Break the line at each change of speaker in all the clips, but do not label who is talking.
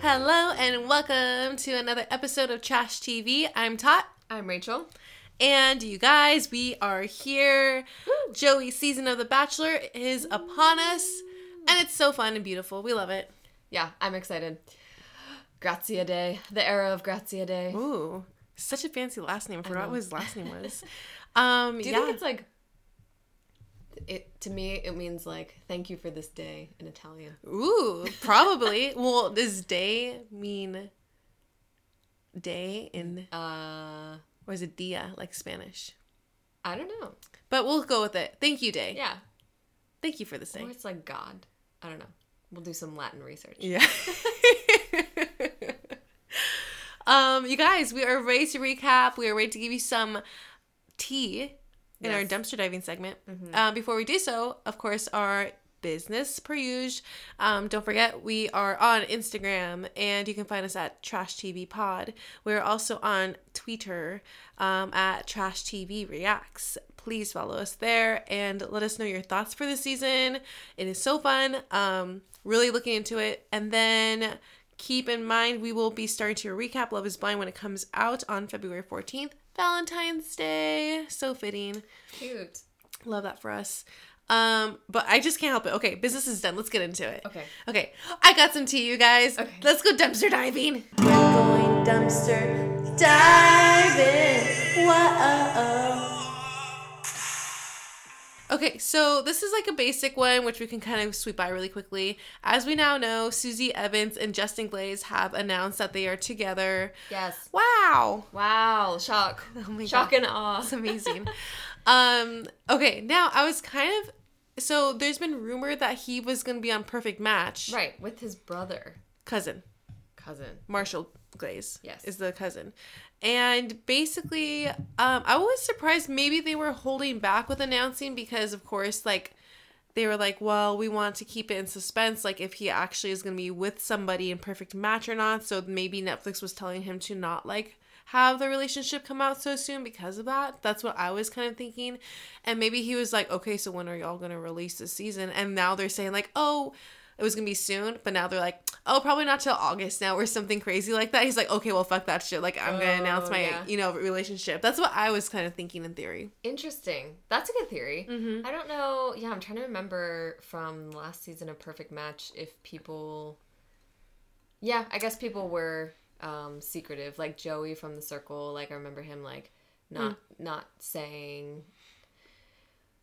Hello and welcome to another episode of Trash TV. I'm Tot.
I'm Rachel.
And you guys, we are here. Joey's season of The Bachelor is upon us, and it's so fun and beautiful. We love it.
Yeah, I'm excited. Grazia Day, the era of Grazia Day.
Ooh, such a fancy last name. I forgot
know.
what his last name was. Um,
Do you
yeah.
think it's like it to me it means like thank you for this day in Italian.
Ooh, probably. well, does day mean day in,
Uh
or is it dia like Spanish?
I don't know.
But we'll go with it. Thank you, day.
Yeah.
Thank you for this day.
Or it's like God. I don't know. We'll do some Latin research.
Yeah. um, you guys, we are ready to recap. We are ready to give you some tea in our
Yes.
dumpster diving segment. Uh, before we do so, of course, our business per usual. Um, don't forget, we are on Instagram and you can find us at Trash TV Pod. We're also on Twitter um, at Trash TV Reacts. Please follow us there and let us know your thoughts for the season. It is so fun. Um, really looking into it. And then keep in mind, we will be starting to recap Love is Blind when it comes out on February 14th, Valentine's Day. So fitting.
Cute.
Love that for us. Um, but I just can't help it. Okay, business is done. Let's get into it.
Okay.
Okay. I got some tea, you guys.
Okay.
Let's go dumpster diving. We're going dumpster diving. Whoa. Okay, so this is like a basic one, which we can kind of sweep by really quickly. As we now know, Susie Evans and Justin Glaze have announced that they are together.
Yes.
Wow.
Wow, shock. Oh
my
shock
God.
and awe.
That's amazing. um, okay, now I was kind of so there's been rumor that he was gonna be on Perfect Match.
Right, with his brother,
Cousin.
cousin.
Marshall Glaze.
Yes.
Is the cousin. And basically, um, I was surprised maybe they were holding back with announcing because of course, like they were like, well, we want to keep it in suspense, like if he actually is going to be with somebody in perfect match or not. So maybe Netflix was telling him to not like have the relationship come out so soon because of that. That's what I was kind of thinking. And maybe he was like, okay, so when are y'all going to release this season? And now they're saying, like, oh, it was going to be soon. But now they're like, oh, probably not till August now or something crazy like that. He's like, okay, well, fuck that shit. Like, I'm going
Oh,
to announce my,
yeah.
you know, relationship. That's what I was kind of thinking in theory.
Interesting. That's a good theory.
Mm-hmm.
I don't know. Yeah, I'm trying to remember from last season of Perfect Match if people. Yeah, I guess people were um, secretive. Like Joey from the Circle. Like I remember him like not not saying.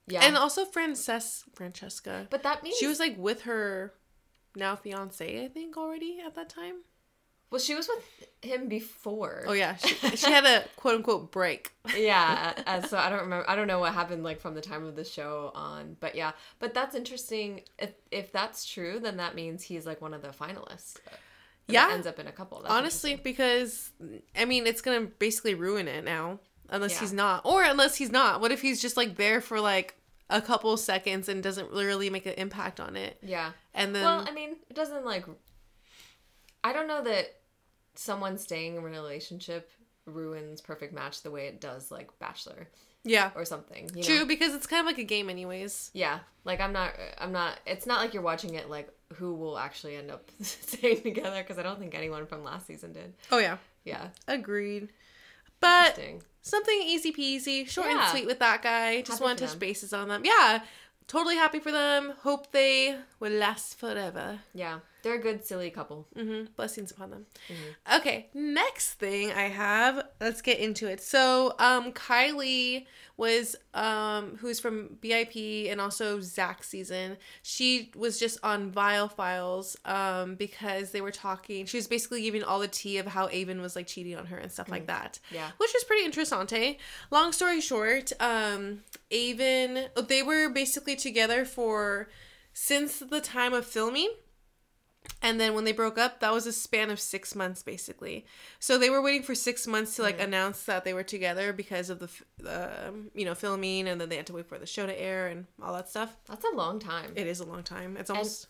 Yeah,
Hmm. And also Frances Francesca.
but that means
She was like with her now fiance, I think, already at that time.
well. She was with him before.
Oh yeah, she, she had a quote unquote break.
yeah uh, so i don't remember i don't know what happened like from the time of the show on but yeah but that's interesting if if that's true then that means he's like one of the finalists And
Yeah.
ends up in a couple That's
Honestly, because I mean, it's gonna basically ruin it now, unless
Yeah.
he's not, or unless he's not. What if he's just like there for like a couple seconds and doesn't really make an impact on it,
interesting. yeah
and then
well i mean it doesn't like i don't know that someone staying in a relationship ruins perfect match the way it does like bachelor
yeah,
or something you know?
true, because it's kind of like a game, anyways.
yeah like i'm not i'm not it's not like you're watching it like who will actually end up staying together because i don't think anyone from last season did
Oh yeah,
yeah
agreed. But
Interesting.
something easy peasy, short and
Yeah.
sweet with that guy. Just
Happy
want to
for
touch
them.
bases on them. Yeah, totally happy for them. Hope they will last forever.
Yeah, they're a good silly couple.
hmm Blessings upon them. Okay, next thing I have, let's get into it. So, um, Kylie was, um, who's from BIP and also Zach season. She was just on Vile Files, um, because they were talking. She was basically giving all the tea of how Avon was like cheating on her and stuff like that.
Yeah.
which was pretty interessante. Long story short, um, Avon, they were basically together for since the time of filming. And then when they broke up, that was a span of six months, basically. So they were waiting for six months to like announce that they were together because of the, f- the, um, you know, filming, and then they had to wait for the show to air and all that stuff.
That's a long time.
It is a long time. It's almost.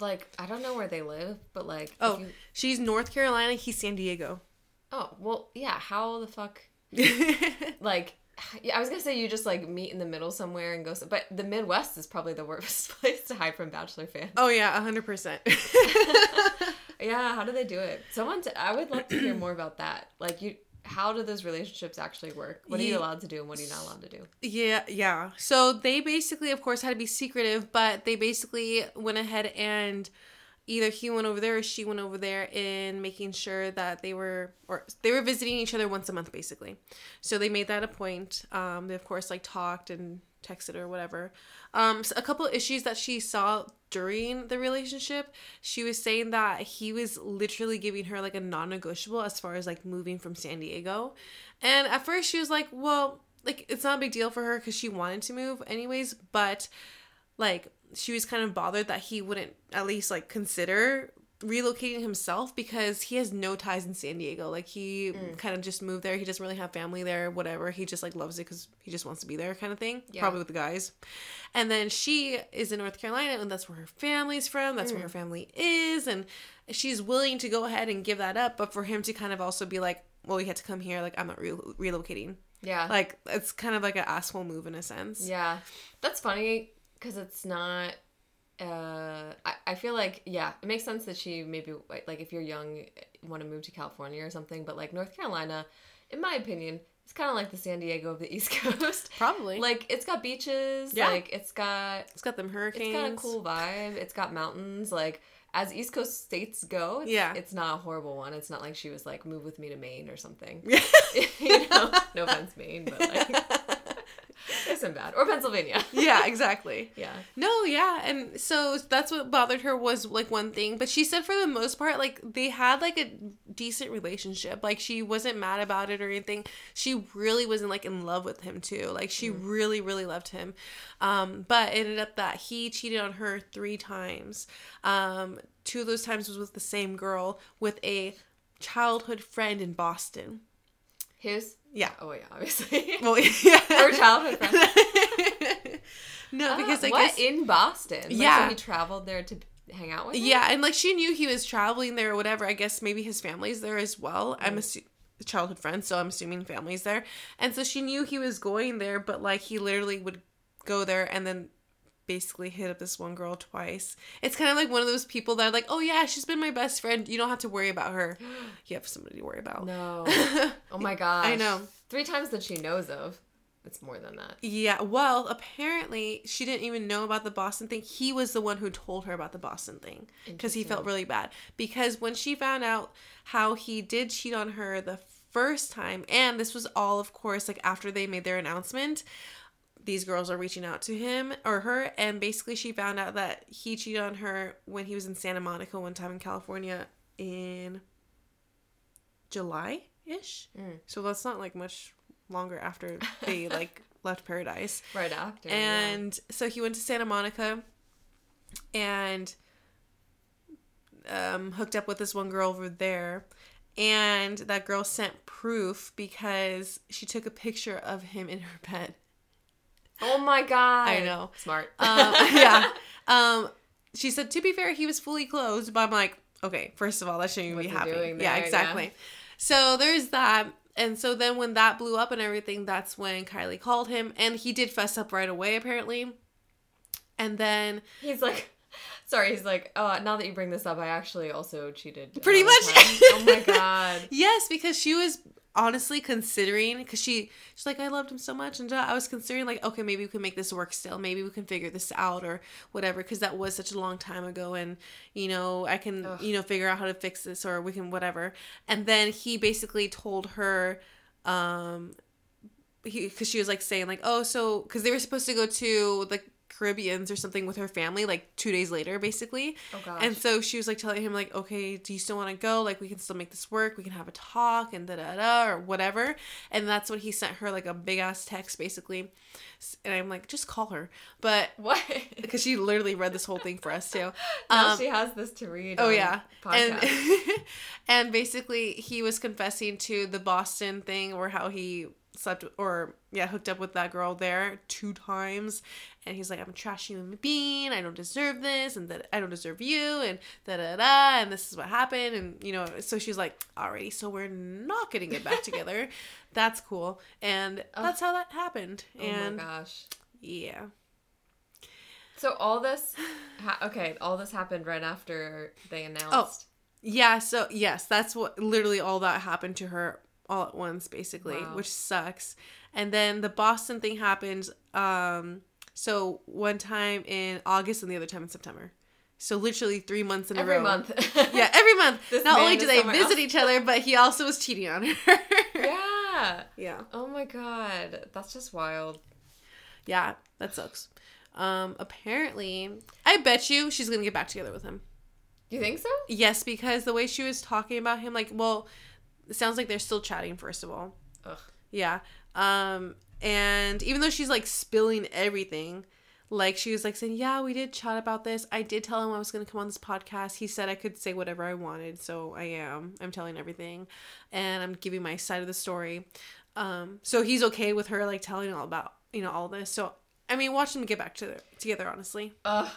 like I don't know where they live, but like if
oh,
you-
she's North Carolina. He's San Diego.
oh well, yeah. How the fuck? Like, yeah, I was gonna say you just like meet in the middle somewhere and go, s- but the Midwest is probably the worst place to hide from Bachelor fans.
oh yeah, hundred percent.
Yeah, how do they do it? Someone, t- I would love to hear more about that. Like you, how do those relationships actually work? What are you
Ye-
allowed to do and what are you not allowed to do?
Yeah, yeah. So they basically, of course, had to be secretive, but they basically went ahead and either he went over there or she went over there in making sure that they were or they were visiting each other once a month, basically. So they made that a point. Um, they of course like talked and texted or whatever. Um, s- a couple issues that she saw during the relationship, she was saying that he was literally giving her like a non-negotiable as far as like moving from San Diego, and at first she was like, well, like it's not a big deal for her because she wanted to move anyways, but like she was kind of bothered that he wouldn't at least like consider relocating himself because he has no ties in San Diego. Like he kind of just moved there. He doesn't really have family there, whatever. He just like loves it cuz he just wants to be there kind of thing,
Yeah.
probably with the guys. And then she is in North Carolina and that's where her family's from. That's where her family is and she's willing to go ahead and give that up, but for him to kind of also be like, well, you had to come here, like I'm not re- relocating.
Yeah.
Like it's kind of like an asshole move in a sense.
Yeah, that's funny because it's not. Uh, I, I feel like yeah, it makes sense that she maybe like if you're young, want to move to California or something. But like North Carolina, in my opinion, it's kind of like the San Diego of the East Coast.
Probably. Like
like it's got beaches.
Yeah.
Like it's got
it's got them hurricanes.
it's got a cool vibe. It's got mountains. Like as East Coast states go, it's,
Yeah.
it's not a horrible one. It's not like she was like move with me to Maine or something.
Yeah.
you know, no offense, Maine, but like it isn't bad or Pennsylvania.
yeah, exactly.
Yeah.
No, yeah, and so that's what bothered her was like one thing, but she said for the most part like they had like a decent relationship. Like she wasn't mad about it or anything. She really wasn't like in love with him too. Like she
Mm.
really really loved him. Um but it ended up that he cheated on her 3 times. Um two of those times was with the same girl with a childhood friend in Boston.
His?
Yeah.
Oh, yeah, obviously.
Well, yeah.
Her childhood friend.
no, because
Ah,
I
what?
guess
in Boston? Like,
Yeah.
So he traveled there to hang out with? her?
yeah, and like she knew he was traveling there or whatever. I guess maybe his family's there as well. I'm assu- childhood friends, so I'm assuming family's there. And so she knew he was going there, but like he literally would go there and then basically hit up this one girl twice. It's kind of like one of those people that are like, "Oh yeah, she's been my best friend. You don't have to worry about her. You have somebody to worry about."
No. Oh, my gosh.
I know.
Three times that she knows of. It's more than that.
Yeah, well, apparently she didn't even know about the Boston thing. He was the one who told her about the Boston thing because he felt really bad. Because when she found out how he did cheat on her the first time, and this was all, of course, like after they made their announcement, these girls are reaching out to him or her, and basically she found out that he cheated on her when he was in Santa Monica one time in California in July ish. So that's not like much longer after they like left Paradise.
Right after. yeah.
And so he went to Santa Monica and um, hooked up with this one girl over there. And that girl sent proof because she took a picture of him in her bed.
Oh, my God.
I know.
Smart.
Um,
Oh,
yeah. Um, she said, to be fair, he was fully clothed, but I'm like, okay, first of all, that shouldn't even be
What's he
happening.
doing
yeah,
there? Yeah.
exactly. So there's that. And so then when that blew up and everything, that's when Kylie called him and he did fess up right away, apparently. And then
He's like, sorry, he's like, uh, now that you bring this up, I actually also cheated.
Pretty
another
much.
time." oh my god.
Yes, because she was honestly considering because she she's like I loved him so much, and uh, I was considering like okay maybe we can make this work still, maybe we can figure this out or whatever because that was such a long time ago, and you know I can
Ugh.
you know figure out how to fix this or we can whatever, and then he basically told her. um because she was like saying like oh so because they were supposed to go to the caribbeans or something with her family like two days later basically
Oh gosh.
and so she was like telling him like, okay, do you still want to go? Like we can still make this work. We can have a talk and da da da or whatever. And that's when he sent her like a big ass text basically. S- And I'm like, just call her. But
what?
because she literally read this whole thing for us too.
now
Um,
she has this to read.
oh
on
yeah,
Podcast.
and and basically he was confessing to the Boston thing or how he slept or yeah hooked up with that girl there two times and he's like i'm a trash human being i don't deserve this and that i don't deserve you and da da da and this is what happened and you know so she's like alrighty so we're not gonna get back together that's cool and
Ugh.
that's how that happened and
oh my gosh.
yeah Oh,
So all this, ha- okay, all this happened right after they announced.
Yeah, so yes, that's what literally all that happened to her all at once basically,
Wow.
which sucks. And then the Boston thing happened um so one time in August and the other time in September. So literally 3 months in a
Every
row.
month.
Yeah, every month.
This
Not
man
only
is
do they
somewhere
visit
else.
each other, but he also was cheating on her.
yeah.
yeah.
Oh my god, that's just wild.
Yeah, that sucks. Um apparently, I bet you she's going to get back together with him.
You think so?
Yes, because the way she was talking about him, like, well, it sounds like they're still chatting, first of all.
Ugh.
Yeah. Um, and even though she's like spilling everything, like she was like saying, Yeah, we did chat about this. I did tell him I was gonna come on this podcast. He said I could say whatever I wanted, so I am. I'm telling everything and I'm giving my side of the story. Um, so he's okay with her like telling all about you know, all this. So I mean watch them get back to together, honestly.
Ugh.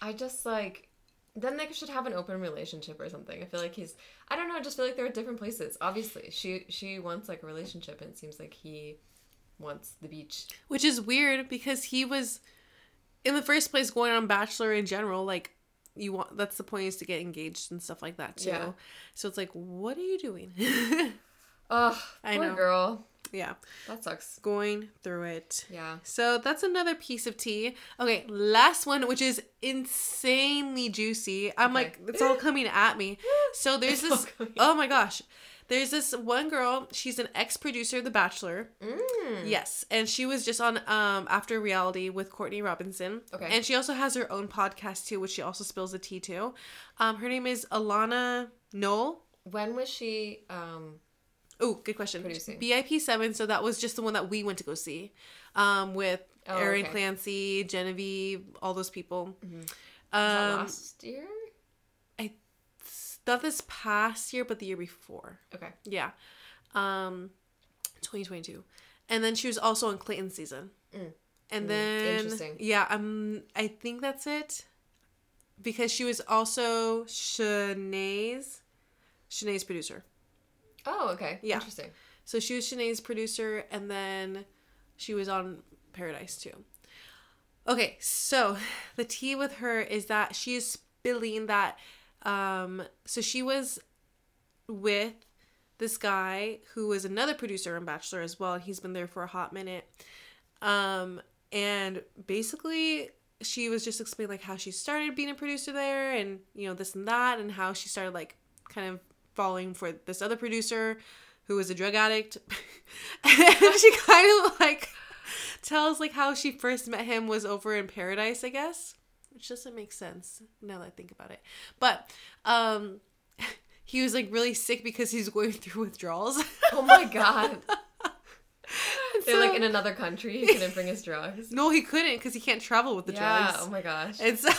I just like. Then they should have an open relationship or something. I feel like he's. I don't know. I just feel like they're at different places. Obviously, she she wants like a relationship, and it seems like he wants the beach.
Which is weird because he was in the first place going on Bachelor in general, like you want that's the point is to get engaged and stuff like that too.
Yeah.
So it's like, what are you doing?
Ugh,
I
poor
know.
girl.
yeah.
That sucks.
Going through it.
Yeah.
So that's another piece of tea. Okay, last one, which is insanely juicy. I'm
Okay.
like, it's all coming at me. So there's
It's all
this
coming.
oh my gosh. There's this one girl, she's an ex-producer of The Bachelor.
Mm.
Yes, and she was just on um After Reality with Courtney Robinson.
Okay.
and she also has her own podcast too, which she also spills the tea to. Um, her name is Alana Noel.
When was she? Um.
Oh, good question.
Producing.
BIP seven, so that was just the one that we went to go see, um, with
Oh,
Erin
okay. Mm-hmm.
Clancy, Genevieve, all those people.
was that
Um,
last year.
not this past year, but the year before.
Okay.
Yeah, um, twenty twenty two, and then she was also on Clayton season,
Mm.
and
Mm,
then
interesting.
yeah, um, I think that's it, because she was also Shanae's, Shanae's producer.
Oh, okay.
Yeah.
Interesting.
So she was Shanae's producer, and then she was on Paradise too. Okay, so the tea with her is that she is spilling that. Um, so she was with this guy who was another producer on Bachelor as well, and he's been there for a hot minute. Um, and basically, she was just explaining like how she started being a producer there, and you know this and that, and how she started like kind of falling for this other producer who was a drug addict. and she kind of like tells like how she first met him was over in paradise, I guess, which doesn't make sense now that I think about it. But um he was like really sick because he's going through withdrawals.
Oh my god. They're
So-
like in another country. He couldn't bring his drugs.
no, he couldn't because he can't travel with the
yeah. Oh
drugs.
my gosh.
And so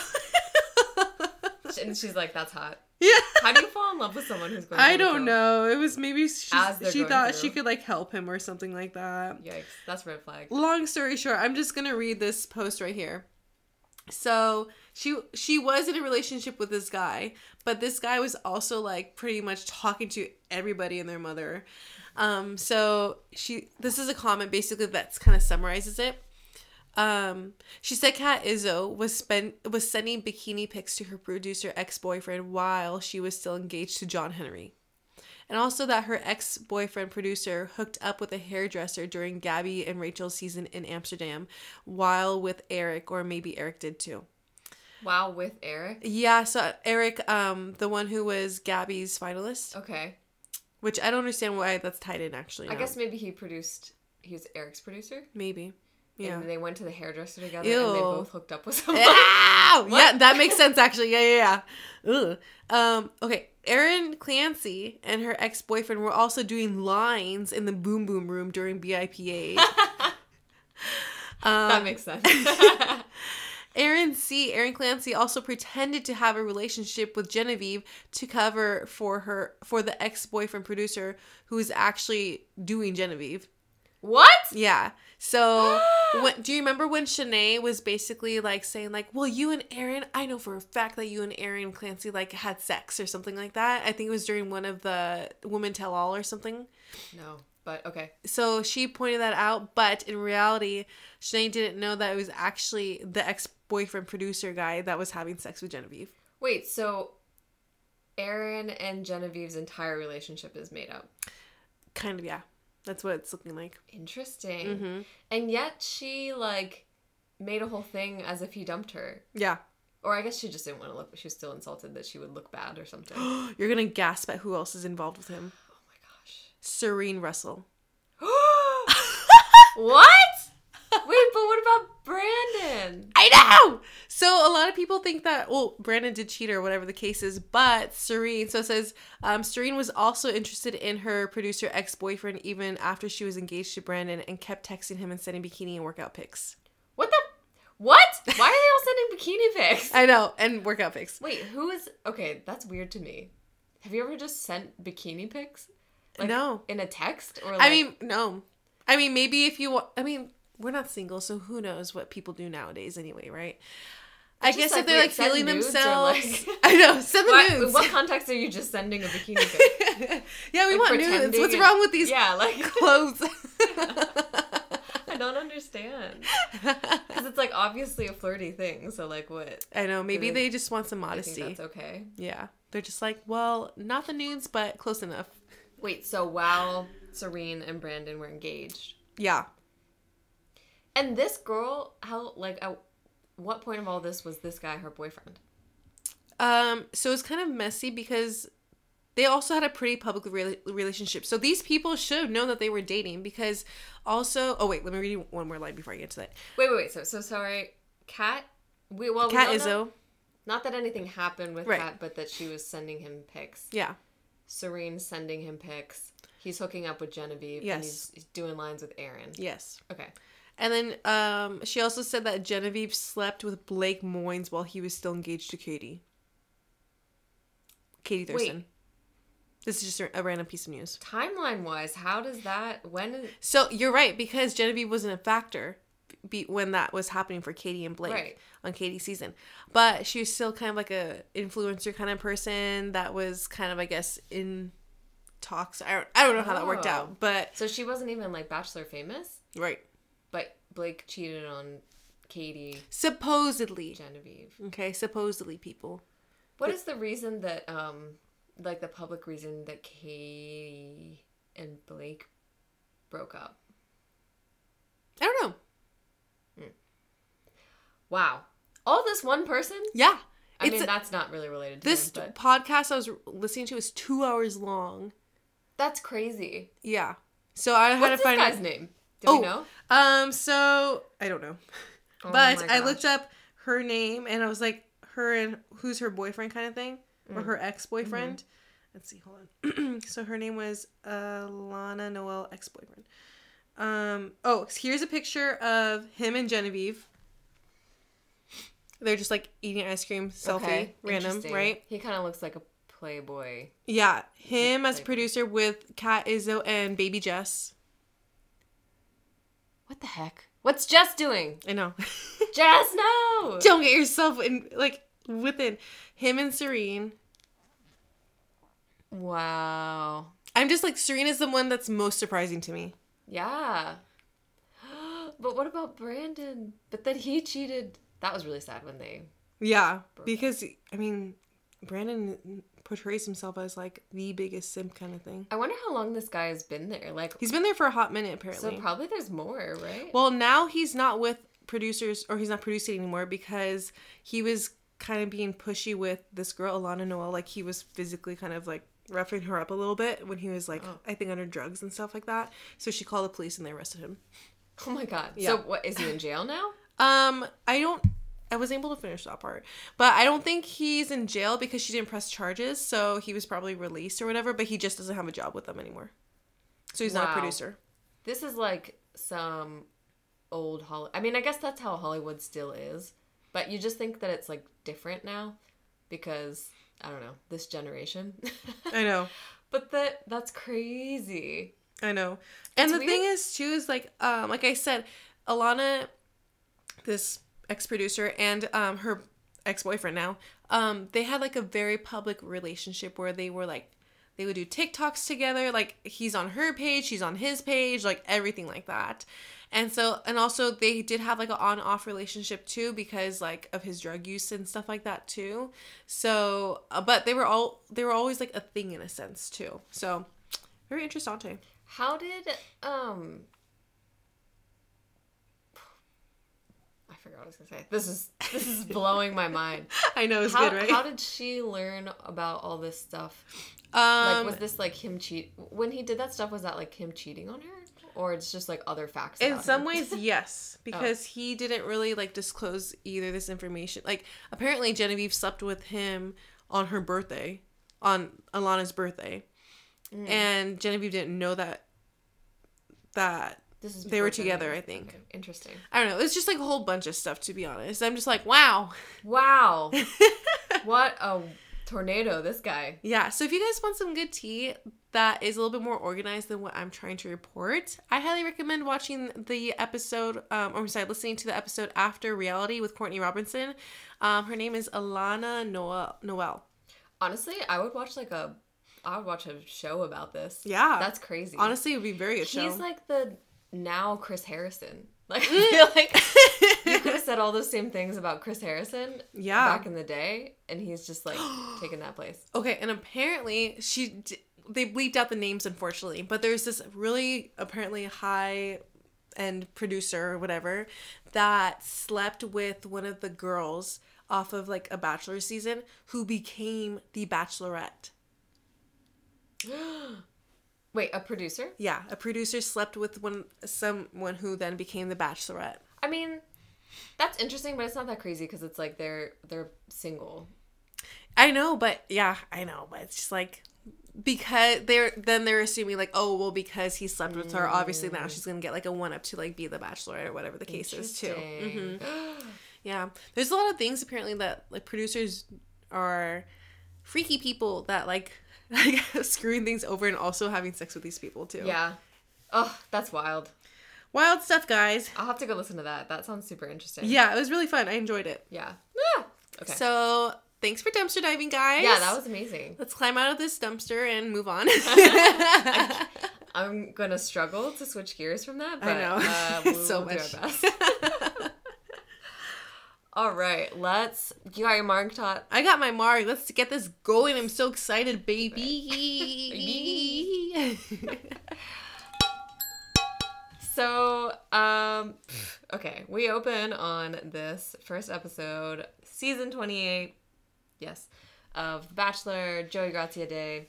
And she's like, "That's hot."
yeah.
How do you fall in love with someone who's going?
I
through
don't
withdrawal?
know. It was maybe she,
As they're
she
going
thought she
through.
could like help him or something like that.
Yikes! That's a red flag.
long story short, I'm just gonna read this post right here. So she she was in a relationship with this guy, but this guy was also like pretty much talking to everybody and their mother. Um, so she this is a comment basically that's kind of summarizes it. Um, she said Kat Izzo was spend was sending bikini pics to her producer ex boyfriend while she was still engaged to John Henry and also that her ex boyfriend producer hooked up with a hairdresser during Gabby and Rachel's season in Amsterdam while with Eric, or maybe Eric did too.
Wow, with Eric.
Yeah, so Eric, um, the one who was Gabby's finalist,
Okay.
which I don't understand why that's tied in actually.
Oh. I
now.
guess maybe he produced. He was Eric's producer.
maybe. Yeah.
And they went to the hairdresser together, and they
Ew.
both hooked up with someone.
Ow!
What?
Yeah, that makes sense actually. Yeah, yeah, yeah. Ugh. Um, okay. Erin Clancy and her ex boyfriend were also doing lines in the boom boom room during BIPA.
that makes sense.
Aaron C. Aaron Clancy also pretended to have a relationship with Genevieve to cover for her for the ex boyfriend producer who is actually doing Genevieve.
what?
Yeah. So what, do you remember when Shanae was basically like saying like, "Well, you and Aaron, I know for a fact that you and Aaron Clancy like had sex or something like that." I think it was during one of the Woman Tell All or something.
No, but okay.
So she pointed that out, but in reality, Shanae didn't know that it was actually the ex boyfriend producer guy that was having sex with Genevieve.
Wait, so Aaron and Genevieve's entire relationship is made up.
Kind of, yeah. That's what it's looking like.
Interesting.
Mm-hmm.
And yet she like made a whole thing as if he dumped her.
Yeah.
Or I guess she just didn't want to look. She was still insulted that she would look bad or something. oh
You're going to gasp at who else is involved with him.
my
Serene Russell.
gosh. what? Wait, but what about Brandon?
I know. So a lot of people think that well, Brandon did cheat or whatever the case is, but Serene. So it says um, Serene was also interested in her producer ex boyfriend even after she was engaged to Brandon and kept texting him and sending bikini and workout pics.
What the? What? Why are they all sending bikini pics?
I know, and workout pics.
Wait, who is? Okay, that's weird to me. Have you ever just sent bikini pics?
No.
In a text or? Like,
I mean, no. I mean, maybe if you. wa- I mean, we're not single, so who knows what people do nowadays anyway, right? I
Just
guess
like
if they're
we
like
send
feeling
nudes or,
themselves,
like-
I know. Send the
what, in
nudes.
what context are you just sending a bikini pic?
yeah, we
Like,
want nudes.
pretending
What's
it-
wrong with these
Yeah, like
clothes.
I don't understand because it's like obviously a flirty thing. So like, what?
I know. Maybe
Dude,
they just want some
I think
modesty.
that's okay.
Yeah. They're just like, well, not the nudes, but close enough.
Wait, so while Serene and Brandon were engaged,
Yeah.
and this girl, how like at what point of all this was this guy her boyfriend?
Um. So it's kind of messy because they also had a pretty public rela- relationship. So these people should have known that they were dating because also. Oh wait, let me read you one more line before I get to that.
Wait, wait, wait. So so sorry, Kat. We well,
Kat
we
Izzo.
don't know- Not that anything happened with
Right.
Kat, but that she was sending him pics.
Yeah.
Serene sending him pics. He's hooking up with Genevieve.
Yes.
And he's, he's doing lines with Aaron.
Yes.
Okay.
And then um, she also said that Genevieve slept with Blake Moynes while he was still engaged to Katie. Katie Thurston.
Wait.
This is just a- a random piece of news.
Timeline wise, how does that? When is
So you're right because Genevieve wasn't a factor be- when that was happening for Katie and Blake
Right.
on Katie's season, but she was still kind of like a influencer kind of person that was kind of I guess in talks. I don't, I don't know how that worked
Oh.
out, but
so she wasn't even like Bachelor famous,
right,
but Blake cheated on Katie
supposedly.
Genevieve.
Okay, supposedly people.
What is the reason that um like the public reason that Katie and Blake broke up?
I don't know.
Wow. All this one person?
Yeah.
I
It's
mean,
a-
that's not really related to
this
him, but
podcast I was listening to is two hours long.
that's crazy.
Yeah. So I had
What's
to
this
find
guy's name? Do
Oh,
we know?
Um, so I don't know.
Oh
but
my
I
gosh.
looked up her name and I was like, her and who's her boyfriend kind of thing, or
Mm.
her ex boyfriend.
Mm-hmm.
Let's see, hold on. so her name was uh, Lana Noel, ex boyfriend. Um, oh, here's a picture of him and Genevieve. They're just like eating ice cream, selfie,
Okay,
random,
interesting.
right?
He kind of looks like a playboy.
Yeah, him as
like-
producer with Kat Izzo and Baby Jess.
What the heck? What's Jess doing?
I know.
Jess, no!
Don't get yourself in like within him and Serene.
wow.
I'm just like Serene is the one that's most surprising to me.
Yeah. but what about Brandon? But then he cheated. That was really sad when they.
Yeah, because I mean, Brandon portrays himself as like the biggest simp kind of thing.
I wonder how long this guy has been there. Like,
He's been there for a hot minute
so
apparently.
probably there's more, right?
well, now he's not with producers or he's not producing anymore because he was kind of being pushy with this girl Alana Noel like he was physically kind of like roughing her up a little bit when he was like I think under drugs and stuff like that. So she called the police and they arrested him.
oh my god.
Yeah.
So what is he in jail now?
Um, I don't. I wasn't able to finish that part, but I don't think he's in jail because she didn't press charges, so he was probably released or whatever. But he just doesn't have a job with them anymore, so he's not a
Wow.
producer.
This is like some old Hollywood. I mean, I guess that's how Hollywood still is, but you just think that it's like different now because I don't know this generation.
I know,
but that that's crazy.
I know. And the
It's
thing is, too, is like, um, like I said, Alana, this ex producer, and um, her ex boyfriend now, um, they had like a very public relationship where they were like, they would do TikToks together. Like he's on her page, she's on his page, like everything like that. And so, and also they did have like an on off relationship too because like of his drug use and stuff like that too. So, uh, but they were all, they were always like a thing in a sense too. So, very interesting.
How did um I forgot what I was gonna say. This is this is blowing my mind.
I know it's
How,
good, right?
how did she learn about all this stuff? Like,
um,
was this like him cheat when he did that stuff? Was that like him cheating on her, or it's just like other facts?
in
about
some
him?
ways,
Oh.
yes, because he didn't really like disclose either this information. Like apparently Genevieve slept with him on her birthday, on Alana's birthday,
Mm.
and Genevieve didn't know that that
this is
they were
before Jenny.
together. I think
Okay, interesting.
I don't know. It was just like a whole bunch of stuff. To be honest, I'm just like, wow.
Wow, what a tornado! This guy.
Yeah, so if you guys want some good tea that is a little bit more organized than what I'm trying to report, I highly recommend watching the episode, um, or I'm sorry, listening to the episode after reality with Courtney Robinson. Um, her name is Alana Noel. Noel.
Honestly, I would watch like a, I would watch a show about this.
Yeah,
that's crazy.
honestly, it would be very good
he's
show.
like the now Chris Harrison. Like I feel
Mm.
like you could have said all those same things about Chris Harrison
yeah.
back in the day, and he's just like taking that place.
Okay, and apparently she d- they bleeped out the names unfortunately, but there's this really apparently high end producer or whatever that slept with one of the girls off of like a bachelor season who became the bachelorette.
Wait, a producer?
Yeah, a producer slept with one someone who then became the bachelorette.
I mean, that's interesting, but it's not that crazy because it's like they're they're single.
I know, but yeah, I know, but it's just like because they're then they're assuming like oh well because he slept with her obviously
Mm.
now she's gonna get like a one up to like be the bachelorette or whatever the case is too Mm-hmm.
Interesting.
yeah there's a lot of things apparently that like producers are freaky people that like like screwing things over and also having sex with these people too
Yeah. Oh, that's wild.
wild stuff guys
I'll have to go listen to that. That sounds super interesting.
yeah it was really fun i enjoyed it
Yeah. Ah, okay.
so thanks for dumpster diving guys
yeah, that was amazing.
let's climb out of this dumpster and move on
I I'm gonna struggle to switch gears from that, but
know.
uh, we
So
will
much.
do our best. All right, let's. You got your mark tot.
I got my mark. Let's get this going. I'm so excited, baby.
So, um, okay, we open on this first episode, season 28, yes, of The Bachelor, Joey Grazia Day.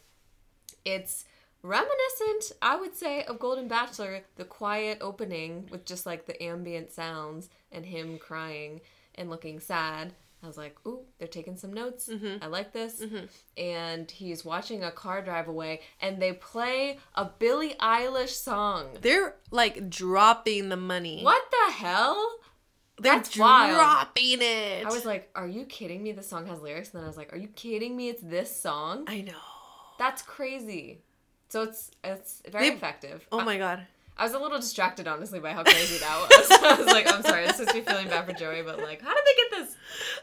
It's reminiscent, I would say, of Golden Bachelor, the quiet opening with just like the ambient sounds and him crying and looking sad. I was like, ooh, they're taking some notes. I like this. And he's watching a car drive away, and they play a Billie Eilish song.
They're like dropping the money.
What the hell?
They're
That's wild.
dropping it.
I was like, are you kidding me? This song has lyrics. And then I was like, are you kidding me? It's this song?
I know.
That's crazy. So it's it's very
They-
effective.
Oh my god.
I was a little distracted, honestly, by how crazy that was. I was like, I'm sorry, this is me feeling bad for Joey, but like, how did they get this?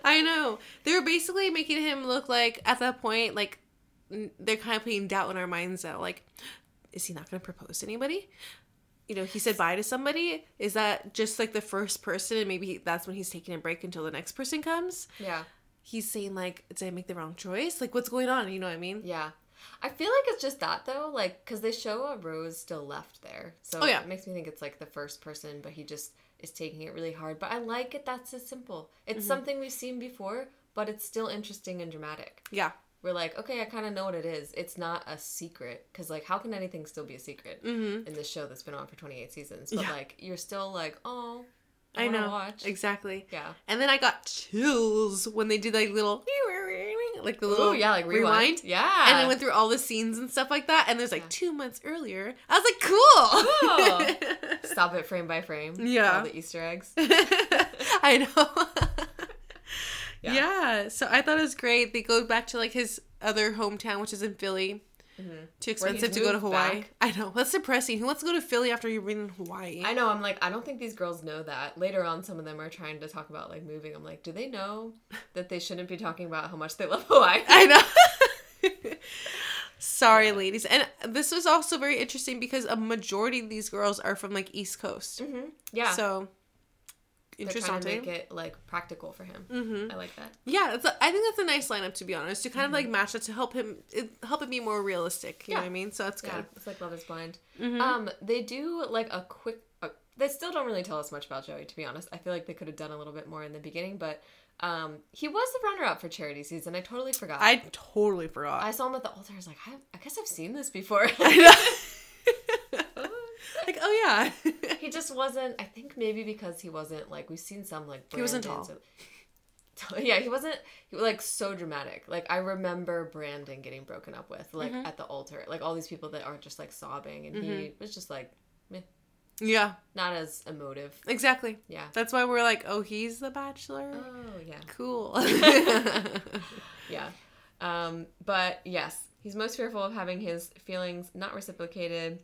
I know. They're basically making him look like at that point, like n- they're kind of putting doubt in our minds that like, is he not going to propose to anybody? You know, he said bye to somebody. Is that just like the first person, and maybe that's when he's taking a break until the next person comes?
Yeah,
he's saying like did i make the wrong choice like what's going on you know what i mean
yeah. I feel like it's just that though, like, because they show a rose still left there. So
Oh, yeah.
it makes me think it's like the first person, but he just is taking it really hard. But I like it that's so simple. It's
Mm-hmm.
something we've seen before, but it's still interesting and dramatic.
yeah
we're like, okay, I kind of know what it is. It's not a secret because, like, how can anything still be a secret
mm-hmm
in this show that's been on for 28 seasons? But
Yeah.
like, you're still like, oh,
i,
I, want
know
to watch.
exactly
yeah,
and then i got chills when they did like little like the little
Ooh, yeah, like rewind. Yeah,
and then went through all the scenes and stuff like that and there's like
Yeah.
two months earlier i was like cool
stop it frame by frame.
Yeah.
all the Easter eggs.
I know.
Yeah.
yeah. So I thought it was great. They go back to like his other hometown, which is in Philly. Too
Mhm. Where he's
expensive to go to
moved
Hawaii.
back.
I know. That's depressing. Who wants to go to Philly after you've been in Hawaii?
I know. I'm like, I don't think these girls know that. Later on, some of them are trying to talk about like moving. I'm like, do they know that they shouldn't be talking about how much they love Hawaii?
I know. Sorry, ladies. And this was also very interesting because a majority of these girls are from like East Coast.
Mm-hmm. Yeah.
So
They're trying to make
interesting.
it like practical for him.
Mm-hmm.
I like that.
Yeah, that's a, I think that's a nice lineup to be honest. To kind of like match it to help him, it, help it be more realistic. You know
Mm-hmm. Yeah.
what I mean? So that's
Yeah,
good.
it's like Love is Blind.
Mhm.
Um, they do like a quick. Uh, they still don't really tell us much about Joey, to be honest. I feel like they could have done a little bit more in the beginning, but um, he was the runner-up for charity season. I totally forgot.
I totally forgot.
I saw him at the altar. I was like, I, I guess I've seen this before.
I know. like, oh yeah.
he just wasn't. I think maybe because he wasn't like we've seen some like
He wasn't
Brandons of- yeah, he wasn't he was, like so dramatic. Like I remember Brandon getting broken up with like
Mm-hmm.
at the altar. Like all these people that are just like sobbing, and he was just like
yeah,
not as emotive.
exactly.
Yeah.
That's why we're like, oh, he's the bachelor.
Oh yeah.
cool.
Yeah. Um, but yes, he's most fearful of having his feelings not reciprocated.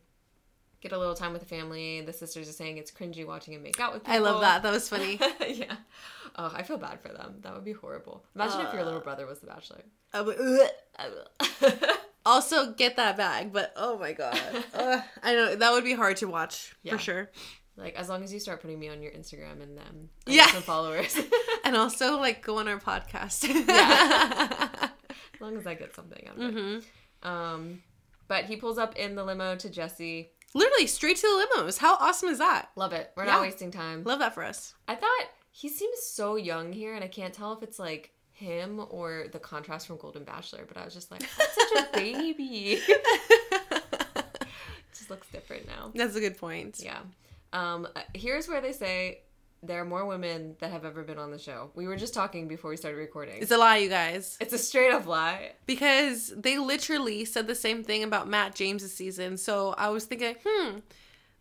Get a little time with the family. The sisters are saying it's cringy watching him make out with people.
I love that. That was funny.
yeah. Oh, I feel bad for them. That would be horrible. Imagine if your little brother was the bachelor.
Uh, I was- ugh. also, get that bag, but oh my god, Ugh. I know that would be hard to watch
Yeah.
for sure.
like as long as you start putting me on your Instagram and them, I
Yeah.
get some followers. as
And also, like, go on our podcast.
Yeah. long as I get something out of it.
hmm
Um, but he pulls up in the limo to Jesse.
Literally straight to the limos. How awesome is that?
Love it. We're
Yeah.
not wasting time.
Love that for us.
I thought he seems so young here, and I can't tell if it's like him or the contrast from Golden Bachelor. But I was just like, "That's such a baby. just looks different now.
That's a good point.
Yeah. Um, uh, here's where they say there are more women that have ever been on the show. We were just talking before we started recording.
It's a lie, you guys,
It's a straight up lie.
because they literally said the same thing about Matt James's season. So I was thinking, hmm,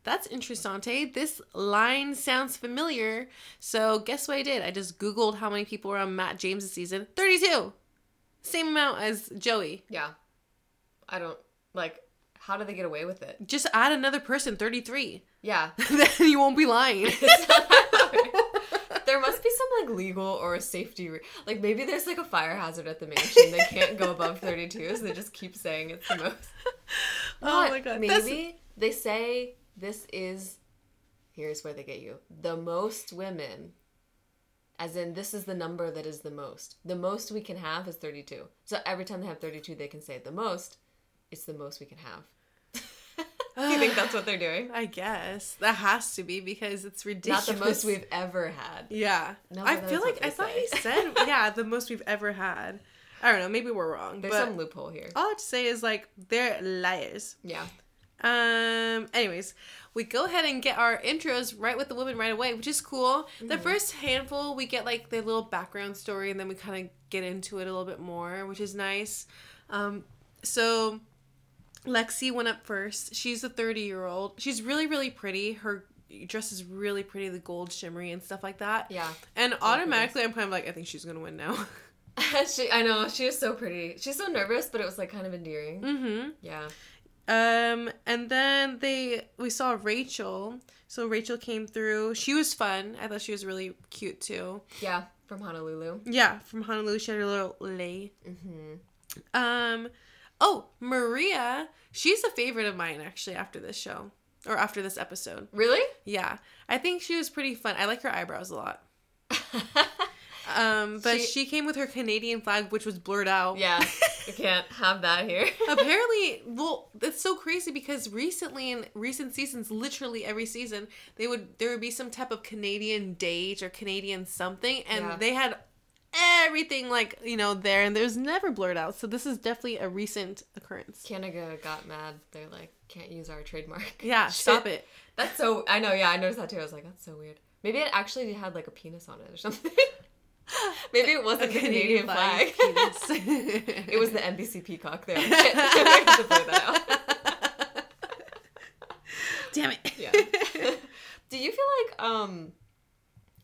that's interessante. This line sounds familiar. So guess what I did? I just Googled how many people were on Matt James's season. 32. Same amount as Joey.
Yeah. I don't like. How do they get away with it?
Just add another person, 33.
Yeah.
then you won't be lying.
It's not that hard. there must be some like legal or a safety re- like maybe there's like a fire hazard at the mansion they can't go above 32 so they just keep saying it's the most But Oh maybe
Oh That's-
they say this is here's where they get you the most women as in this is the number that is the most the most we can have is 32 so every time they have 32 they can say the most it's the most we can have do you think that's what they're doing
I guess. That has to be because it's
not
ridiculous.
the most we've ever had
Yeah.
No,
I
but
feel like
that's what
I
they
thought he
say.
said yeah, the most we've ever had. I don't know, maybe we're wrong.
There's
but
some loophole here.
all I have to say is like they're liars.
Yeah.
Um anyways, we go ahead and get our intros right with the women right away, which is cool. The first handful we get like their little background story and then we kind of get into it a little bit more, which is nice. Um so Lexi went up first. She's a 30 year old. She's really, really pretty. Her dress is really pretty, the gold shimmery and stuff like that.
Yeah.
And automatically, I'm kind of like, I think she's gonna win now.
she I know, she was so pretty. She's so nervous, but it was like kind of endearing.
mm-hmm.
Yeah.
Um, and then they we saw Rachel. So Rachel came through. She was fun. I thought she was really cute too.
Yeah. From Honolulu.
Yeah, from Honolulu, she had her little lei.
Mm-hmm.
Um, oh Maria, she's a favorite of mine actually. After this show or after this episode,
Really?
yeah, I think she was pretty fun. I like her eyebrows a lot. Um, but
She-
she came with her Canadian flag, which was blurred out.
yeah. You can't have that here.
apparently well it's so crazy because recently in recent seasons literally every season they would there would be some type of canadian date or canadian something and
Yeah.
they had everything like you know there and there's never blurred out so this is definitely a recent occurrence
Canada got mad. They're like, can't use our trademark.
yeah stop it
That's so I know, yeah, I noticed that too. I was like, that's so weird. Maybe it actually had like a penis on it or something. Maybe it was a Canadian, flag.
penis.
it was the NBC peacock there. Shit. I have to blur that out.
damn it
Yeah. Do you feel like um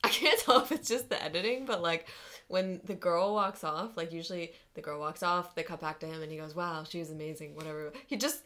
I can't tell if it's just the editing, but like when the girl walks off, like usually the girl walks off, they cut back to him and he goes, Wow, she was amazing, whatever. He just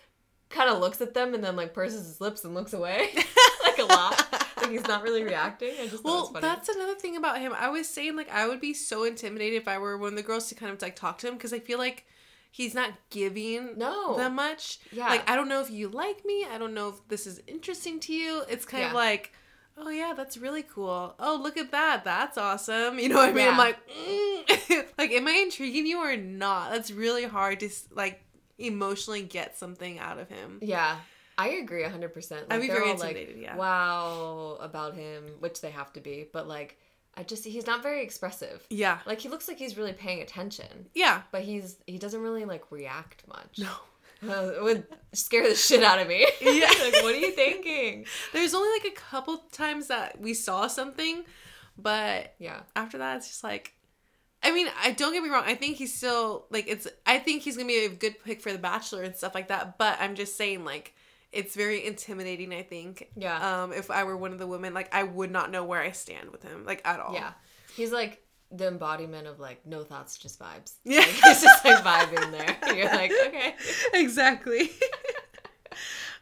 kinda looks at them and then like purses his lips and looks away. like a lot. Like he's not really reacting. I just
Well,
thought it was funny.
that's another thing about him. I was saying like I would be so intimidated if I were one of the girls to kind of like talk to him because I feel like he's not giving
No.
that much.
Oh, Yeah.
Like I don't know if you like me. I don't know if this is interesting to you. It's kind of
Yeah.
like, oh yeah, that's really cool. Oh look at that. That's awesome. You know what I mean? I'm
Yeah.
like, mm. like am I intriguing you or not? That's really hard to s- like emotionally get something out of him.
Yeah, I agree 100%. Like,
I'd be
they're
very
all like,
intimidated, yeah.
Wow about him, which they have to be, but like, I just, he's not very expressive.
Yeah.
Like, he looks like he's really paying attention,
Yeah.
but he's, he doesn't really like react much.
No.
Uh, it would scare the shit out of me.
Yeah.
like, what are you thinking?
There's only like a couple times that we saw something, but
Yeah.
after that it's just like I mean, I don't get me wrong, I think he's still like it's I think he's gonna be a good pick for the Bachelor and stuff like that, but I'm just saying like it's very intimidating, I think.
Yeah.
Um, if I were one of the women, like I would not know where I stand with him, like at all.
Yeah. He's like the embodiment of like no thoughts, just vibes.
Yeah.
Like, he's just like vibing there. You're like, okay.
Exactly.